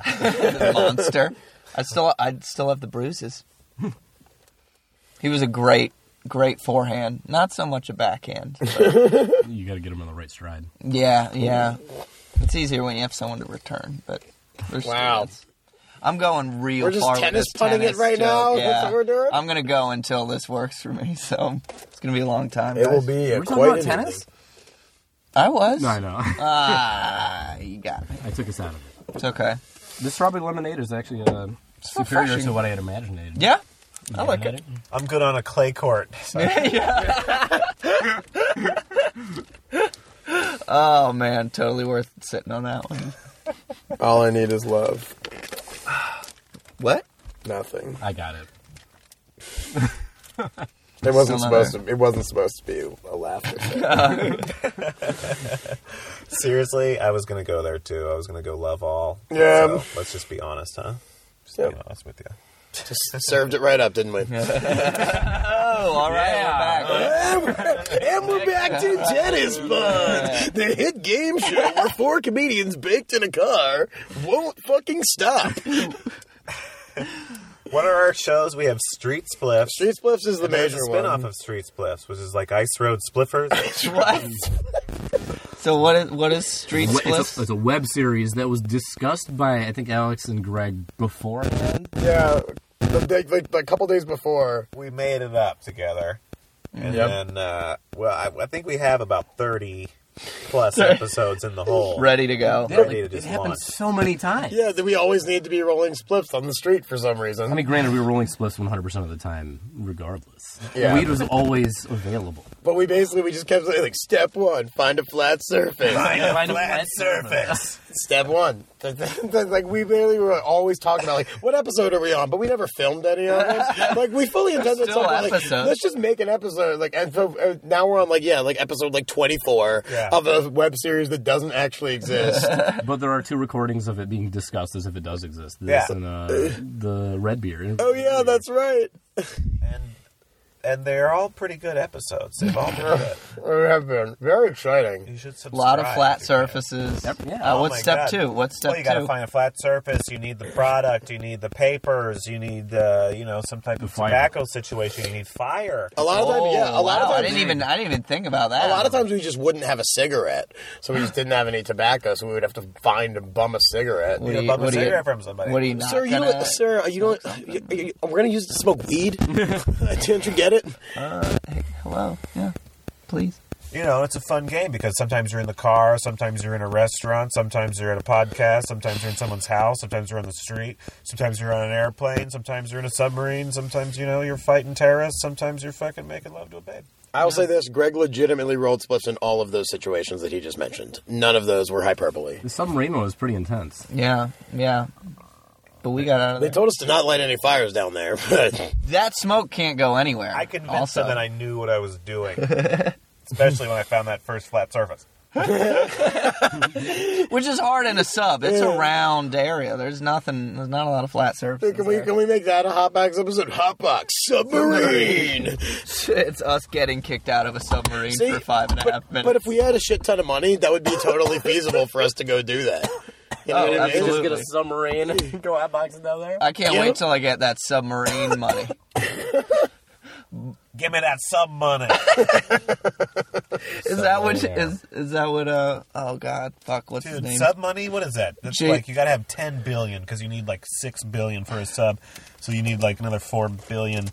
S7: monster. Hmm. I still, I'd still have the bruises. He was a great, great forehand. Not so much a backhand. but-
S6: You got to get him in the right stride.
S7: yeah, yeah. It's easier when you have someone to return, but there's
S8: Wow.
S7: students. I'm going real
S8: We're just
S7: far with
S8: tennis
S7: this
S8: punting
S7: tennis
S8: it right
S7: joke.
S8: now? That's
S7: Yeah.
S8: what we're doing?
S7: I'm gonna go until this works for me. So it's gonna be a long time.
S8: It
S7: guys.
S8: will be a
S7: We're
S8: quite
S7: talking about
S8: interesting-
S7: tennis. I was.
S6: No, I know.
S7: Ah, you got me.
S6: I took us out of it.
S7: It's okay.
S6: This strawberry lemonade is actually uh, superior
S7: refreshing.
S6: to what I had imagined.
S7: Yeah, I like it.
S4: I'm good on a clay court.
S7: Oh man, totally worth sitting on that one.
S8: All I need is love.
S7: What?
S8: Nothing.
S6: I got it.
S8: It wasn't
S7: Still not
S8: supposed to. It wasn't supposed to be a laughter. fit.
S4: Seriously, I was gonna go there too. I was gonna go love all.
S8: Yeah.
S4: So, let's just be honest, huh? Just
S8: Yep.
S4: being honest with you.
S8: Just served it right up, didn't we?
S7: Oh, all right, we're back.
S8: And we're back to Tennis Buds, the hit game show where four comedians baked in a car won't fucking stop.
S4: What are our shows? We have Street Spliffs.
S8: Street Spliffs is the
S4: There's
S8: major
S4: a spin
S8: one.
S4: off of Street Spliffs, which is like Ice Road Spliffers.
S7: What? so what is what is street
S6: It's
S7: splits?
S6: a, it's a web series that was discussed by I think Alex and Greg before.
S8: yeah, the, the, like, the couple days before.
S4: we made it up together. And
S8: Yep.
S4: then, uh, well, I, I think we have about 30 plus episodes in the whole.
S7: Ready to go.
S4: Ready to just
S6: happened
S4: launch.
S6: so many times.
S8: Yeah, that we always need to be rolling spliffs on the street for some reason.
S6: I mean, granted, we were rolling splits 100% of the time, regardless.
S8: Yeah.
S6: Weed was always available.
S8: but we basically we just kept saying like step one, find a flat surface.
S6: Find a
S4: Flat surface.
S8: Step one. like we barely were always talking about like what episode are we on, but we never filmed any of it. Like we fully intended
S7: Still
S8: something like
S7: episodes.
S8: let's just make an episode. Like and so uh, now we're on like yeah like episode like twenty four
S4: Yeah.
S8: of a web series that doesn't actually exist.
S6: But there are two recordings of it being discussed as if it does exist. This
S4: Yeah.
S6: and uh, the red beer.
S8: oh yeah, that's right.
S4: and, and they're all pretty good episodes. They've all been good.
S8: We have been very
S4: You
S8: exciting.
S4: should
S7: A
S4: subscribe.
S7: lot of flat
S4: if you can.
S7: surfaces.
S6: yeah.
S7: Uh,
S4: Oh
S7: what's
S4: my
S7: step
S4: God.
S7: two? What's step
S4: well, you gotta
S7: two?
S4: find a flat surface. You need the product. You need the papers. You need, uh, you know, some type of
S6: fire.
S4: tobacco situation. You need fire.
S8: A lot of times, yeah.
S7: Oh,
S8: A lot
S7: wow,
S8: of
S7: I
S8: times,
S7: didn't even I didn't even think about that.
S8: a lot of times we just wouldn't have a cigarette, so we just didn't have any tobacco, so we would have to find and bum a cigarette.
S7: What
S4: You
S7: do
S4: need
S7: you-
S4: a bump
S7: what
S4: of
S7: do you-
S4: cigarette from somebody.
S7: What are you not
S8: Sir, you
S7: gonna?
S8: don't, sir, you don't. You, you- we're gonna use it to smoke weed. Didn't you get it?
S7: Hello, yeah, please.
S4: you know, it's a fun game because sometimes you're in the car, sometimes you're in a restaurant, sometimes you're at a podcast, sometimes you're in someone's house, sometimes you're on the street, sometimes you're on an airplane, sometimes you're in a submarine, sometimes you know you're fighting terrorists, sometimes you're fucking making love to a babe.
S8: I will say this: Greg legitimately rolled splits in all of those situations that he just mentioned. None of those were hyperbole.
S6: The submarine one was pretty intense.
S7: Yeah, yeah. But we got out of
S8: They
S7: there.
S8: told us to not light any fires down there, but
S7: that smoke can't go anywhere.
S4: I convinced
S7: also.
S4: them that I knew what I was doing, especially when I found that first flat surface.
S7: which is hard in a sub. It's a round area. There's nothing. There's not a lot of flat surfaces.
S8: can we can we make that a hotbox episode? Hotbox submarine.
S7: it's us getting kicked out of a submarine
S8: See,
S7: for five and a half minutes.
S8: But if we had a shit ton of money, that would be totally feasible for us to go do that. You know
S7: Oh,
S8: what I mean?
S7: absolutely.
S6: Get a submarine and go out boxing down there.
S7: I can't
S8: Yeah.
S7: wait till I get that submarine money.
S4: Give me that sub money.
S7: Is that what? Is is that what? Uh oh god, fuck. What's his
S4: Dude,
S7: name?
S4: sub money? What is that? That's
S7: Jay-
S4: like you gotta have ten billion because you need like six billion for a sub, so you need like another four billion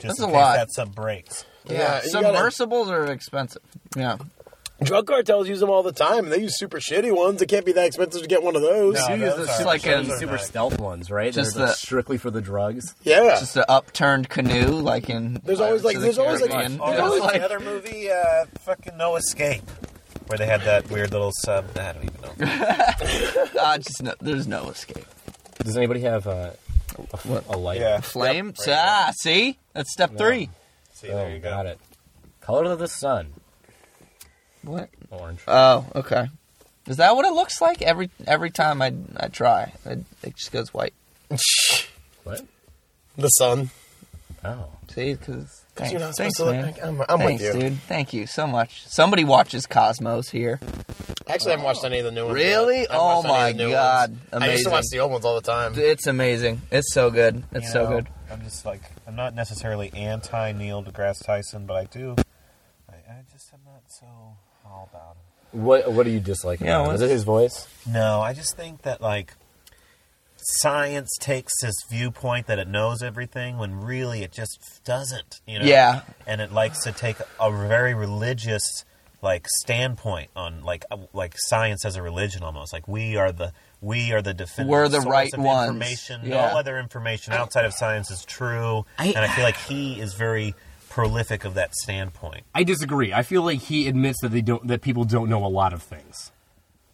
S4: just
S7: That's
S4: in
S7: a
S4: case
S7: lot.
S4: that sub breaks.
S8: Yeah,
S7: yeah,
S8: you gotta-
S7: submersibles are expensive. Yeah,
S8: Drug cartels use them all the time, and they use super shitty ones. It can't be that expensive to get one of those.
S4: No,
S6: You use
S4: those
S6: those
S4: are-
S6: super-
S7: like
S4: those
S7: a
S4: are
S6: super
S4: nice.
S6: stealth ones, right?
S7: Just
S6: They're, like,
S7: the-
S6: strically for the drugs.
S8: Yeah.
S7: just an upturned canoe, like in.
S8: There's always,
S7: Pirates
S8: like-
S7: of
S8: there's
S7: the
S8: always, like,
S7: Caribbean.
S4: Oh,
S7: Yeah,
S4: that was
S7: like-
S4: the other movie, uh, fucking No Escape, where they had that weird little sub. I don't even know.
S7: I just know, there's no escape.
S6: Does anybody have uh, a, a light?
S4: Yeah,
S7: Flame. ah, see, that's step three.
S4: see,
S6: Oh,
S4: there you go.
S6: got it. Color of the sun,
S7: What?
S6: orange.
S4: Uh,
S7: Oh, okay. Is that what it looks like every every time I I try? It, it just goes white.
S6: What?
S8: The sun.
S6: Oh,
S7: See, because Thanks,
S8: You're not
S7: thanks,
S8: supposed to
S7: man.
S8: look. I'm, I'm
S7: Thanks,
S8: with you.
S7: dude. Thank you so much. Somebody watches Cosmos here.
S8: Actually, I haven't watched any of the new ones.
S7: Really?
S8: yet. I haven't watched
S7: Oh
S8: any of the
S7: my
S8: new
S7: God.
S8: ones. I used to
S7: Amazing.
S8: watch the old ones all the time.
S7: It's amazing. It's so good. It's
S4: You
S7: so
S4: know,
S7: good.
S4: I'm just like I'm not necessarily anti Neil deGrasse Tyson, but I do. I, I just am not so all about him.
S6: What What do you dislike?
S7: Yeah,
S6: about him?
S7: what's-
S6: is it his voice?
S4: No, I just think that like science takes this viewpoint that it knows everything when really it just doesn't. You know?
S7: Yeah.
S4: And it likes to take a very religious like standpoint on like uh, like science as a religion almost like we are the we are the definitive
S7: We're the
S4: source
S7: right
S4: of
S7: ones.
S4: information
S7: Yeah.
S4: no other information outside of science is true
S7: I-
S4: and i feel like he is very prolific of that standpoint
S6: I disagree. I feel like he admits that they don't that people don't know a lot of things.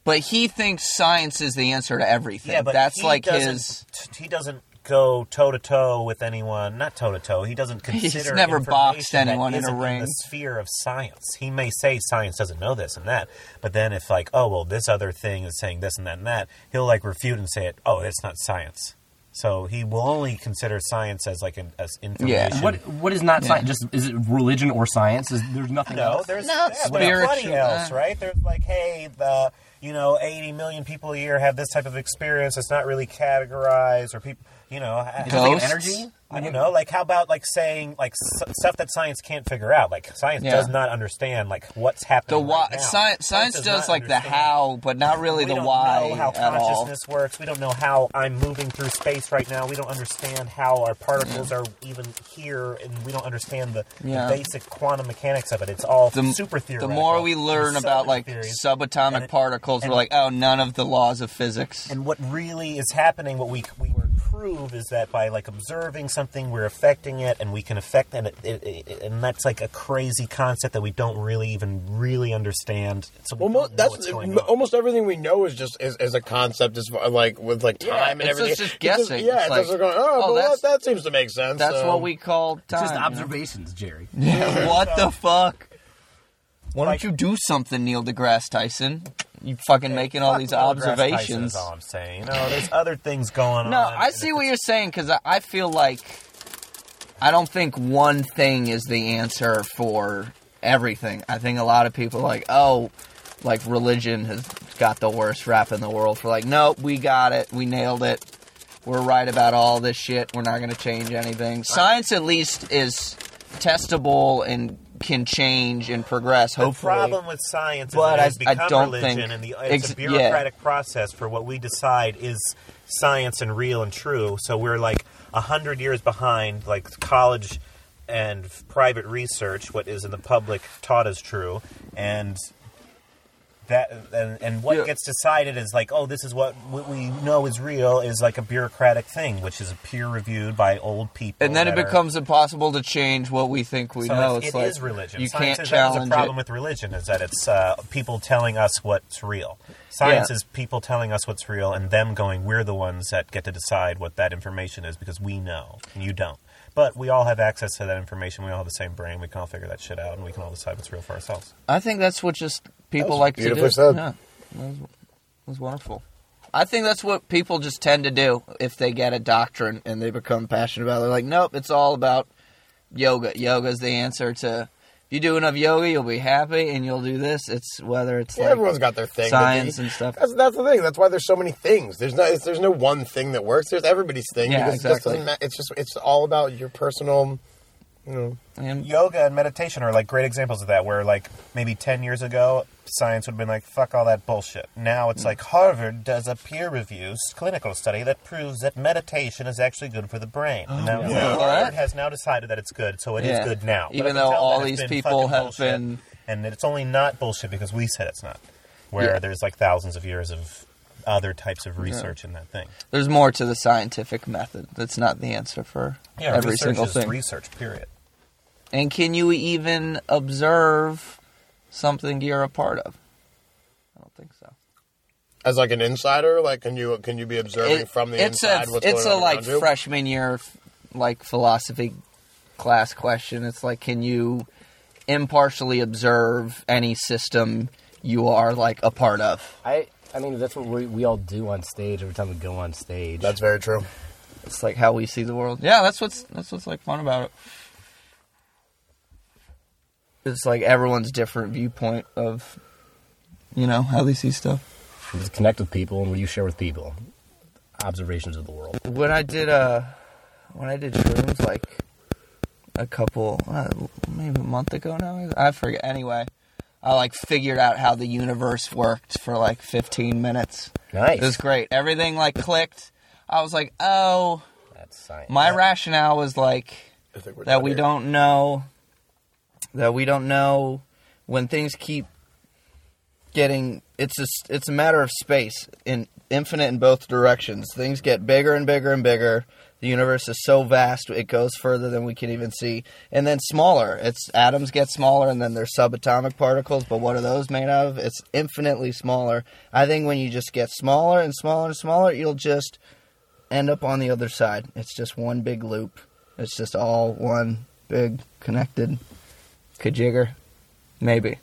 S7: But he thinks science is the answer to everything.
S4: Yeah, but
S7: That's
S4: he
S7: like
S4: doesn't-
S7: his.
S4: t- he doesn't go toe to toe with anyone. Not toe to toe. He doesn't consider.
S7: He's never boxed
S4: information that
S7: anyone in a
S4: isn't
S7: ring.
S4: the sphere of science. He may say science doesn't know this and that, but then if like, oh well, this other thing is saying this and that and that, he'll like refute and say it. Oh, it's not science. So he will only consider science as like an, as information.
S6: What What is not science? Just is it religion or science? Is there's nothing
S4: No,
S6: else?
S4: there's
S7: No,
S4: yeah, there's plenty
S7: spiritual,
S4: else,
S7: uh.
S4: right? There's like, hey, the you know, 80 million people a year have this type of experience. It's not really categorized, or people, you know, ha-
S6: Is it like an
S7: Ghosts? Mm-hmm.
S6: energy.
S4: I don't know. Like, how about like saying like s- stuff that science can't figure out? Like, science
S7: Yeah.
S4: does not understand like what's
S7: The
S4: happening.
S7: why.
S4: right now.
S7: Science, science
S4: not
S7: does like the
S4: understand.
S7: how, but not really
S4: We
S7: the
S4: don't
S7: why
S4: know how
S7: at all.
S4: consciousness works. We don't know how I'm moving through space right now. We don't understand how our particles are even here, and we don't understand the, the
S7: Yeah.
S4: basic quantum mechanics of it. It's all
S7: The,
S4: super
S7: the
S4: theoretical.
S7: more we learn
S4: There's so
S7: about
S4: many
S7: like
S4: theories.
S7: subatomic
S4: And it-
S7: particles,
S4: and-
S7: we're like, oh, none of the laws of physics.
S4: and what really is happening, what we we prove is that by like observing something, we're affecting it, and we can affect, and it, it, it- and that's like a crazy concept that we don't really even really understand. So we
S8: Well, mo-
S4: don't know what's
S8: that's
S4: going
S8: m-
S4: on.
S8: almost everything we know is just is, is a concept as far, like with like time and
S7: it's
S8: everything.
S7: just- just guessing.
S8: yeah,
S7: It's
S8: it's
S7: like,
S8: just going. Oh,
S7: oh,
S8: well,
S7: that's-
S8: that, that seems to make sense.
S7: That's
S8: so-
S7: what we call time.
S6: Just
S7: you know?
S6: observations, Jerry.
S7: Yeah, what the fuck? Why
S4: Like-
S7: don't you do something, Neil deGrasse Tyson? You fucking making all
S4: Fuck
S7: these
S4: Neil deGrasse Tyson
S7: observations.
S4: Is all I'm saying. You know, there's other things going
S7: No,
S4: on.
S7: I see what you're saying because I, I feel like I don't think one thing is the answer for everything. I think a lot of people are like, oh, like religion has got the worst rap in the world for like, nope, we got it, we nailed it, we're right about all this shit. We're not going to change anything. Science at least is testable and can change and progress.
S4: The
S7: Hopefully,
S4: problem with science
S7: But
S4: is that
S7: I- I
S4: it's become
S7: don't
S4: religion,
S7: think-
S4: and the, it's
S7: ex-
S4: a
S7: yeah.
S4: bureaucratic process for what we decide is science and real and true. So we're like a hundred years behind, like college and f- private research, what is in the public taught as true, and that and, and what
S7: Yeah.
S4: gets decided is like, oh, this is what, what we know is real is like a bureaucratic thing, which is peer reviewed by old people,
S7: and then it
S4: that are-
S7: becomes impossible to change what we think we
S4: so
S7: know.
S4: it's,
S7: It's
S4: it
S7: like
S4: is religion.
S7: You
S4: Science
S7: can't
S4: is,
S7: challenge
S4: That is a problem
S7: it.
S4: with religion is that it's uh, people telling us what's real. Science
S7: Yeah.
S4: is people telling us what's real and them going, we're the ones that get to decide what that information is because we know and you don't. But we all have access to that information. We all have the same brain. We can all figure that shit out, and we can all decide what's real for ourselves.
S7: I think that's what just people
S8: was
S7: like to do.
S8: beautifully said.
S7: Yeah, that was, that was wonderful. I think that's what people just tend to do if they get a doctrine and they become passionate about it. They're like, nope, it's all about yoga. Yoga's the answer to. If you do enough yoga, you'll be happy, and you'll do this. It's whether it's
S8: Yeah,
S7: like
S8: everyone's got their thing. but
S7: science
S8: the-
S7: and stuff.
S8: That's, that's the thing. That's why there's so many things. There's no there's no one thing that works. There's everybody's thing.
S7: Yeah,
S8: because it just
S7: exactly.
S8: doesn't ma- it's just it's all about your personal.
S7: And-
S4: Yoga and meditation are like great examples of that. Where like maybe ten years ago, science would have been like, "Fuck all that bullshit." Now it's like Harvard does a peer-reviewed clinical study that proves that meditation is actually good for the brain. And now
S7: What?
S4: Harvard has now decided that it's good, so it is
S7: Yeah.
S4: good now. But
S7: Even
S4: up until
S7: though
S4: then,
S7: all
S4: it's
S7: these
S4: been
S7: people
S4: fucking
S7: have
S4: bullshit.
S7: been-
S4: and it's only not bullshit because we said it's not. Where
S7: Yeah.
S4: there's like thousands of years of other types of research in that thing.
S7: There's more to the scientific method. That's not the answer for
S4: Yeah,
S7: every
S4: research
S7: single
S4: is
S7: thing.
S4: Research, period.
S7: and can you even observe something you're a part of? I don't think so.
S8: As like an insider, like can you can you be observing
S7: It-
S8: from the
S7: it's
S8: inside
S7: a,
S8: what's
S7: it's
S8: going
S7: a
S8: on
S7: like
S8: around you?
S7: freshman year like philosophy class question it's like can you impartially observe any system you are like a part of
S6: I I mean that's what we, we all do on stage every time we go on stage.
S8: That's very true.
S7: it's like how we see the world yeah that's what's that's what's like fun about it it's like everyone's different viewpoint of, you know, how they see stuff.
S6: Just connect with people, and what do you share with people? Observations of the world.
S7: when I did uh when I did shrooms like a couple uh, maybe a month ago now I forget anyway I like figured out how the universe worked for like 15 minutes
S6: Nice.
S7: it was great everything like clicked I was like oh
S6: That's science.
S7: my rationale was like
S8: I think we're
S7: that
S8: done
S7: we
S8: here.
S7: don't know that we don't know when things keep getting it's just it's a matter of space in infinite in both directions things get bigger and bigger and bigger the universe is so vast it goes further than we can even see and then smaller it's atoms get smaller and then there's subatomic particles but what are those made of it's infinitely smaller i think when you just get smaller and smaller and smaller you'll just end up on the other side. It's just one big loop. It's just all one big connected kajigger. Maybe.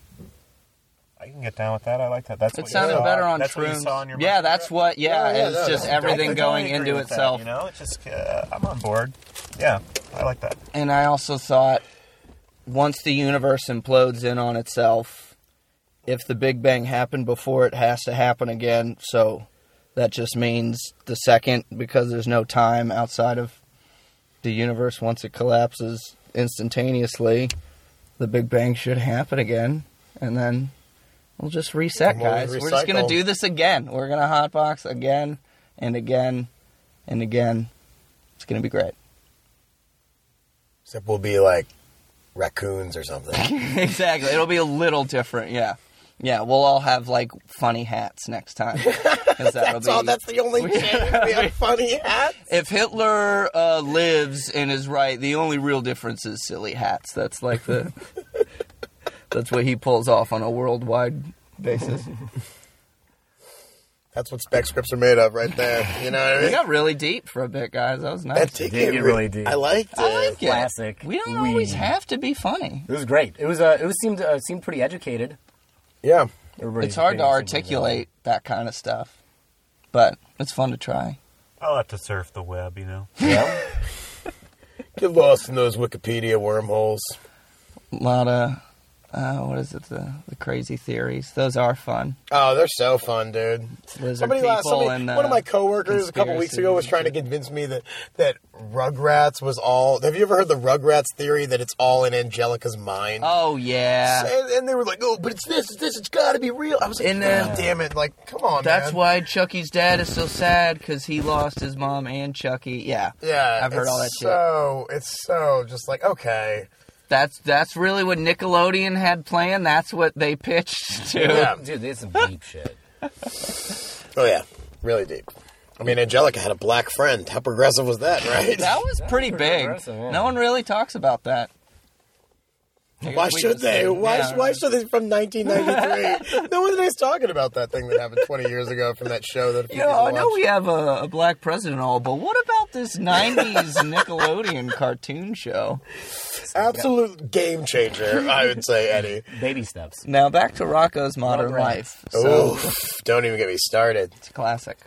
S4: I can get down with that. I like that. That's
S7: It
S4: what
S7: sounded
S4: you saw.
S7: better on
S4: that's What you
S7: shrooms.
S4: saw on your
S7: yeah,
S4: micro-
S7: that's what. Yeah,
S8: yeah,
S7: it's
S8: no,
S7: just
S8: no.
S4: I
S7: everything
S4: totally
S7: going
S4: agree
S7: into
S4: with that,
S7: itself.
S4: you know, it's just uh, I'm on board. Yeah, I like that.
S7: And I also thought once the universe implodes in on itself, if the Big Bang happened before, it has to happen again. So that just means the second, because there's no time outside of the universe, once it collapses instantaneously, the Big Bang should happen again. And then we'll just reset,
S8: And we'll
S7: guys. We're just going
S8: recycle.
S7: to do this again. We're going to hotbox again and again and again. It's going to be great.
S8: Except we'll be like raccoons or something.
S7: exactly. It'll be a little different. Yeah. Yeah, we'll all have like funny hats next time. 'Cause that'll
S8: that's all.
S7: be-
S8: That's the only change. We have funny hats.
S7: if Hitler uh, lives and is right, the only real difference is silly hats. That's like the that's what he pulls off on a worldwide basis.
S8: That's what spec scripts are made of, right there. You know what I
S7: We
S8: mean?
S7: got really deep for a bit, guys. That was nice.
S8: That did
S6: Did
S8: get
S6: get
S8: re-
S6: really deep.
S8: I liked it.
S7: I like it.
S6: Classic.
S7: We don't
S6: We-
S7: always have to be funny.
S6: It was great. It was. Uh, it was seemed uh, seemed pretty educated.
S8: Yeah.
S6: Everybody.
S7: It's hard to articulate that kind of stuff, but it's fun to try.
S4: I'll have to surf the web, you know.
S6: Yeah.
S8: Get lost in those Wikipedia wormholes.
S7: lot of uh, what is it the the crazy theories those are fun
S8: Oh, they're so fun, dude.
S7: lizard
S8: Somebody
S7: people
S8: last somebody,
S7: and uh,
S8: one of my coworkers a couple weeks ago was trying to
S7: conspiracies
S8: convince me that that Rugrats was all. Have you ever heard the Rugrats theory that it's all in Angelica's mind?
S7: oh yeah
S8: And, and they were like, "Oh, but it's this, it's this, it's got to be real." I was like,
S7: And then-
S8: "God damn it!" Like, come on,
S7: uh, that's
S8: man.
S7: why Chucky's dad is so sad because he lost his mom and Chucky yeah
S8: Yeah,
S7: I've heard
S8: it's
S7: all that shit.
S8: So it's so just like okay,
S7: that's that's really what Nickelodeon had planned that's what they pitched to
S8: Yeah.
S6: Dude, they had some deep shit.
S8: oh yeah, really deep. I mean, Angelica had a black friend. How progressive was that, right?
S7: that was pretty big
S6: impressive, yeah.
S7: no one really talks about that
S8: Why
S7: We
S8: should
S7: just
S8: they?
S7: did,
S8: Why,
S7: yeah.
S8: why should they? From 1993. no one is talking about that thing that happened 20 years ago from that show that. a few
S7: you know,
S8: people
S7: I know
S8: watched.
S7: we have a, a black president and all, but what about this 90s Nickelodeon cartoon show?
S8: Absolute game changer, I would say, Eddie.
S6: Baby steps.
S7: Now back to Rocco's Modern
S6: Modern.
S7: Life. So
S8: Oof, don't even get me started.
S7: it's a classic.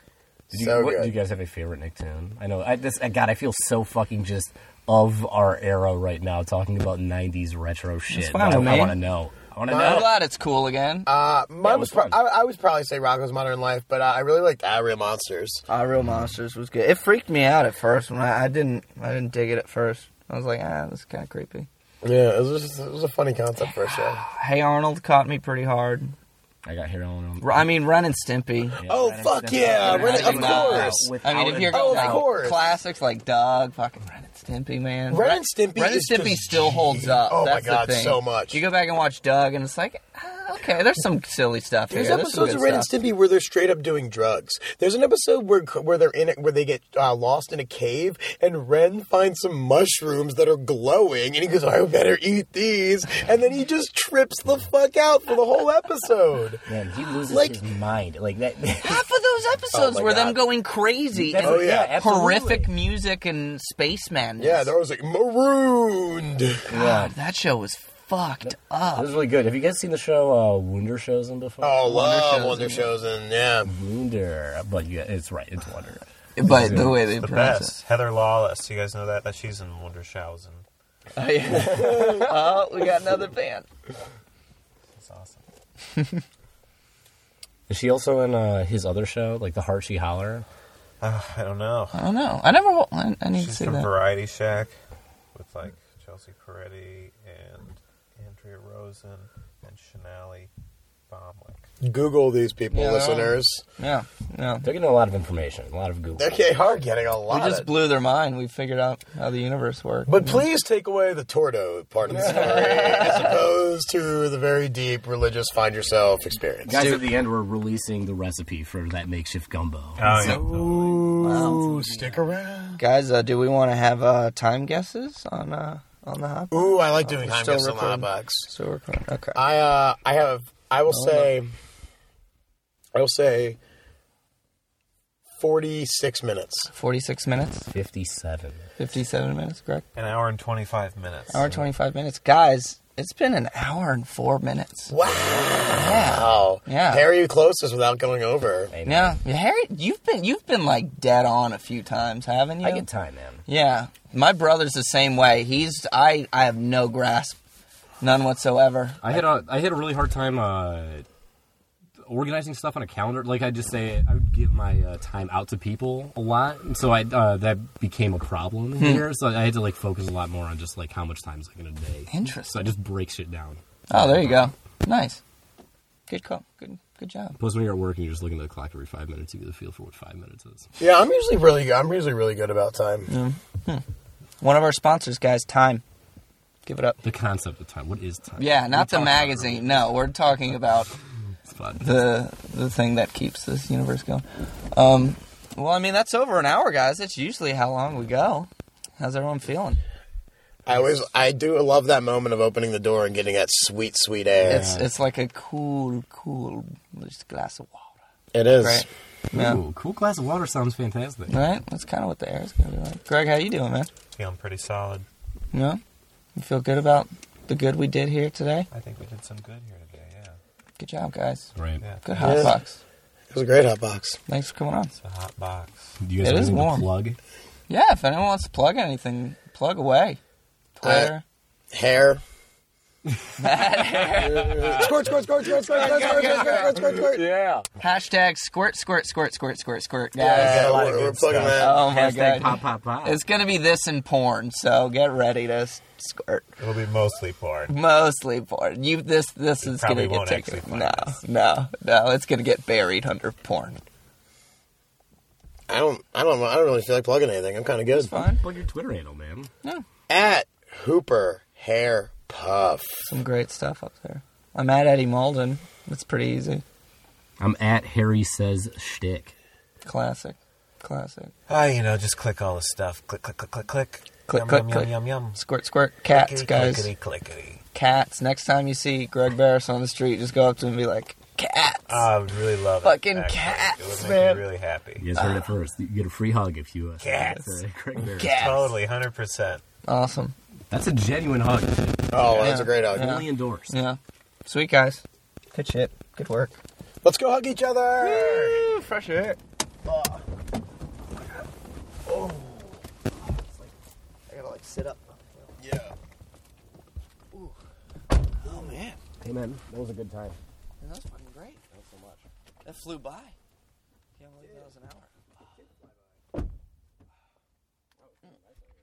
S6: Did you,
S8: So
S6: what,
S8: good.
S6: do you guys have a favorite Nick tune? I know. I, this, I, God, I feel so fucking just of our era right now, talking about '90s retro shit.
S7: fine
S6: I,
S7: with
S6: I
S7: me.
S6: want to know. I want to
S7: I'm
S6: know.
S7: glad it's cool again.
S8: Uh, mine
S6: it
S8: was
S6: was
S8: pro-
S6: fun.
S8: I, I would probably say Rocco's Modern Life, but uh, I really liked I Real Monsters.
S7: Ah, Real Monsters was good. It freaked me out at first when I, I didn't I didn't dig it at first. I was like, ah, this is kind of creepy.
S8: Yeah, it was, just, it was a funny concept for a show.
S7: Hey Arnold caught me pretty hard.
S6: I got here on.
S7: R- I mean, Ren and Stimpy.
S8: Oh, fuck yeah, Ren- of course.
S7: I mean, if you're
S8: Oh,
S7: going
S8: of
S7: like
S8: course.
S7: classics like Dog, fucking Ren and Stimpy, man.
S8: Ren and Stimpy
S7: Ren and
S8: is
S7: Stimpy
S8: just
S7: still holds up.
S8: Oh my
S7: That's the
S8: God,
S7: thing.
S8: so much.
S7: You go back and watch Doug, and it's like, ah, okay, there's some silly stuff
S8: There's
S7: here. some
S8: episodes
S7: good
S8: of Ren and
S7: stuff.
S8: Stimpy where they're straight up doing drugs. There's an episode where where they're in it where they get uh, lost in a cave and Ren finds some mushrooms that are glowing and he goes, "I better eat these," and then he just trips the fuck out for the whole episode.
S6: Man, he loses
S8: Like-
S6: his mind. Like that.
S7: half of those episodes
S8: Oh my
S7: were them
S8: God.
S7: going crazy
S6: That's-
S7: and
S8: Oh, yeah.
S6: absolutely.
S7: horrific music and spaceman.
S8: Yeah, there was like marooned.
S7: Mm-hmm.
S6: Yeah.
S7: that show was fucked
S6: It
S7: up.
S6: was really good. Have you guys seen the show uh, Wunder shows in before?
S8: Oh, love
S7: Wonder
S8: Wonder Shows and yeah,
S6: Wunder, but yeah, it's right. It's Wunder.
S7: But the way they
S4: The
S7: pronounce
S4: best. Heather Lawless. You guys know that? That she's in Wundershausen.
S7: Oh, yeah. oh, we got another fan.
S4: That's awesome.
S6: Is she also in uh, his other show, like the Heart She Holler?
S4: Uh, I don't know.
S7: I don't know. I never. wa- I, I need to
S4: She's
S7: see
S4: from
S7: that.
S4: Variety Shack with like Chelsea Peretti and Andrea Rosen and Shanali Bomwick.
S8: Google these people,
S7: Yeah.
S8: listeners.
S7: Yeah, yeah.
S6: They're getting a lot of information, a lot of Google.
S8: They are getting a
S7: We
S8: lot.
S7: just
S8: of-
S7: blew their mind. We figured out how the universe works.
S8: but please take away the Tordo part of the story, as opposed to the very deep religious find yourself experience.
S6: Guys, at the end, we're releasing the recipe for that makeshift gumbo.
S4: Oh,
S8: Ooh, stick around.
S7: guys, uh, do we want to have uh, time guesses on uh, on the hot?
S8: Ooh, I like doing
S7: We're
S8: time
S7: still
S8: guess on the hot
S7: recording.
S8: box.
S7: So we're going. Okay.
S8: I uh, I have. I will say. I will say. Forty-six minutes.
S7: 46 minutes,
S6: 57.
S7: 57 minutes, correct?
S4: An hour and 25 minutes.
S7: Hour 25 minutes. Guys, it's been an hour and four minutes.
S8: Wow.
S7: Yeah.
S8: Harry closest without going over.
S6: Hey, man,
S7: Yeah, yeah, Harry, you've been you've been like dead on a few times, haven't you?
S6: I get time, man.
S7: yeah, my brother's the same way. He's I I have no grasp, none whatsoever.
S6: I had a I had a really hard time uh, organizing stuff on a calendar. Like I just say, I would give my uh, time out to people a lot, and so I uh, that became a problem here. So I had to like focus a lot more on just like how much time is like in a day. So I
S7: Interesting.
S6: just break shit down.
S7: Oh, there you go. Nice. Good call. Good good job.
S6: Plus, when you're at work and you're just looking at the clock every five minutes, you get a feel for what five minutes is.
S8: Yeah, I'm usually really good. I'm usually really good about time.
S7: One of our sponsors, guys, Time. Give it up.
S6: The concept of time. What is time?
S7: Yeah, not
S6: We
S7: the
S6: talked about it
S7: magazine. No, we're talking about
S6: earlier in this pod.
S7: the the thing that keeps this universe going. Um, well, I mean that's over an hour, guys. That's usually how long we go. How's everyone feeling?
S8: I always, I do love that moment of opening the door and getting that sweet, sweet air.
S7: It's it's like a cool, cool just glass of water.
S8: It is.
S7: Right. Yeah.
S6: Ooh, cool glass of water sounds fantastic.
S7: Right? That's kind of what the air is going to be like. Greg, how you doing, man?
S4: Feeling pretty solid.
S7: Yeah? You feel good about the good we did here today?
S4: I think we did some good here today, yeah.
S7: Good job, guys.
S6: Right.
S4: Yeah.
S7: Good hot
S8: Yeah.
S7: box.
S8: It was a great hot box.
S7: Thanks for coming on.
S4: It's a hot box.
S6: Do you guys
S7: It
S6: have
S7: is
S6: anything
S7: warm.
S6: to plug?
S7: Yeah, if anyone wants to plug anything, plug away. Twitter.
S8: Hair. Squirt, squirt, squirt, squirt, squirt, squirt, squirt, squirt, squirt, squirt, squirt.
S6: Yeah.
S7: Hashtag squirt, squirt, squirt, squirt, squirt, squirt, guys.
S8: Yeah,
S4: lot of
S8: we're,
S4: good
S8: we're plugging
S4: stuff.
S8: that.
S7: Oh my god.
S6: Hashtag pop, pop, pop.
S7: It's gonna be this and porn, so get ready to s- squirt.
S4: It'll be mostly porn.
S7: Mostly porn. You this this
S4: You
S7: is gonna
S4: probably
S7: get
S4: won't actually
S7: taken.
S4: find
S7: No,
S4: this.
S7: no, no. It's gonna get buried under porn.
S4: Oh.
S8: I don't, I don't, I don't really feel like plugging anything. I'm kind of good.
S7: Fine.
S6: Plug your Twitter handle, man.
S8: At Hooper Hair Puff.
S7: Some great stuff up there. I'm at Eddie Malden. It's pretty easy.
S6: I'm at Harry says shtick.
S7: Classic. Classic.
S4: Ah, you know, just click all the stuff. Click, click, click, click, click.
S7: Click,
S4: yum,
S7: click,
S4: yum,
S7: click.
S4: yum, yum, yum.
S7: Squirt, squirt. Cats,
S4: Clickety,
S7: guys.
S4: Clickety, clickety.
S7: Cats. Next time you see Greg Barris on the street, just go up to him and be like, cats.
S4: Ah, I would really love it.
S7: Fucking
S4: actually. It
S7: cats,
S4: would make
S7: man.
S4: me really happy.
S6: You guys heard
S7: Ah.
S6: it first. You get a free hug if you. Uh,
S4: Cats.
S6: that's, uh, Craig Barrett.
S7: Cats.
S4: Totally, 100%.
S7: Awesome.
S6: That's a genuine hug.
S8: Oh, that's a great hug.
S7: Yeah.
S6: Only endorsed.
S7: Yeah. Sweet, guys. Good shit. Good work.
S8: Let's go hug each other.
S7: Ooh, fresh air.
S8: Oh. I gotta like sit up.
S7: Oh,
S6: Hey man, that was a good time.
S7: That was fucking great. Thanks so much. That flew by. Can't believe that was an hour.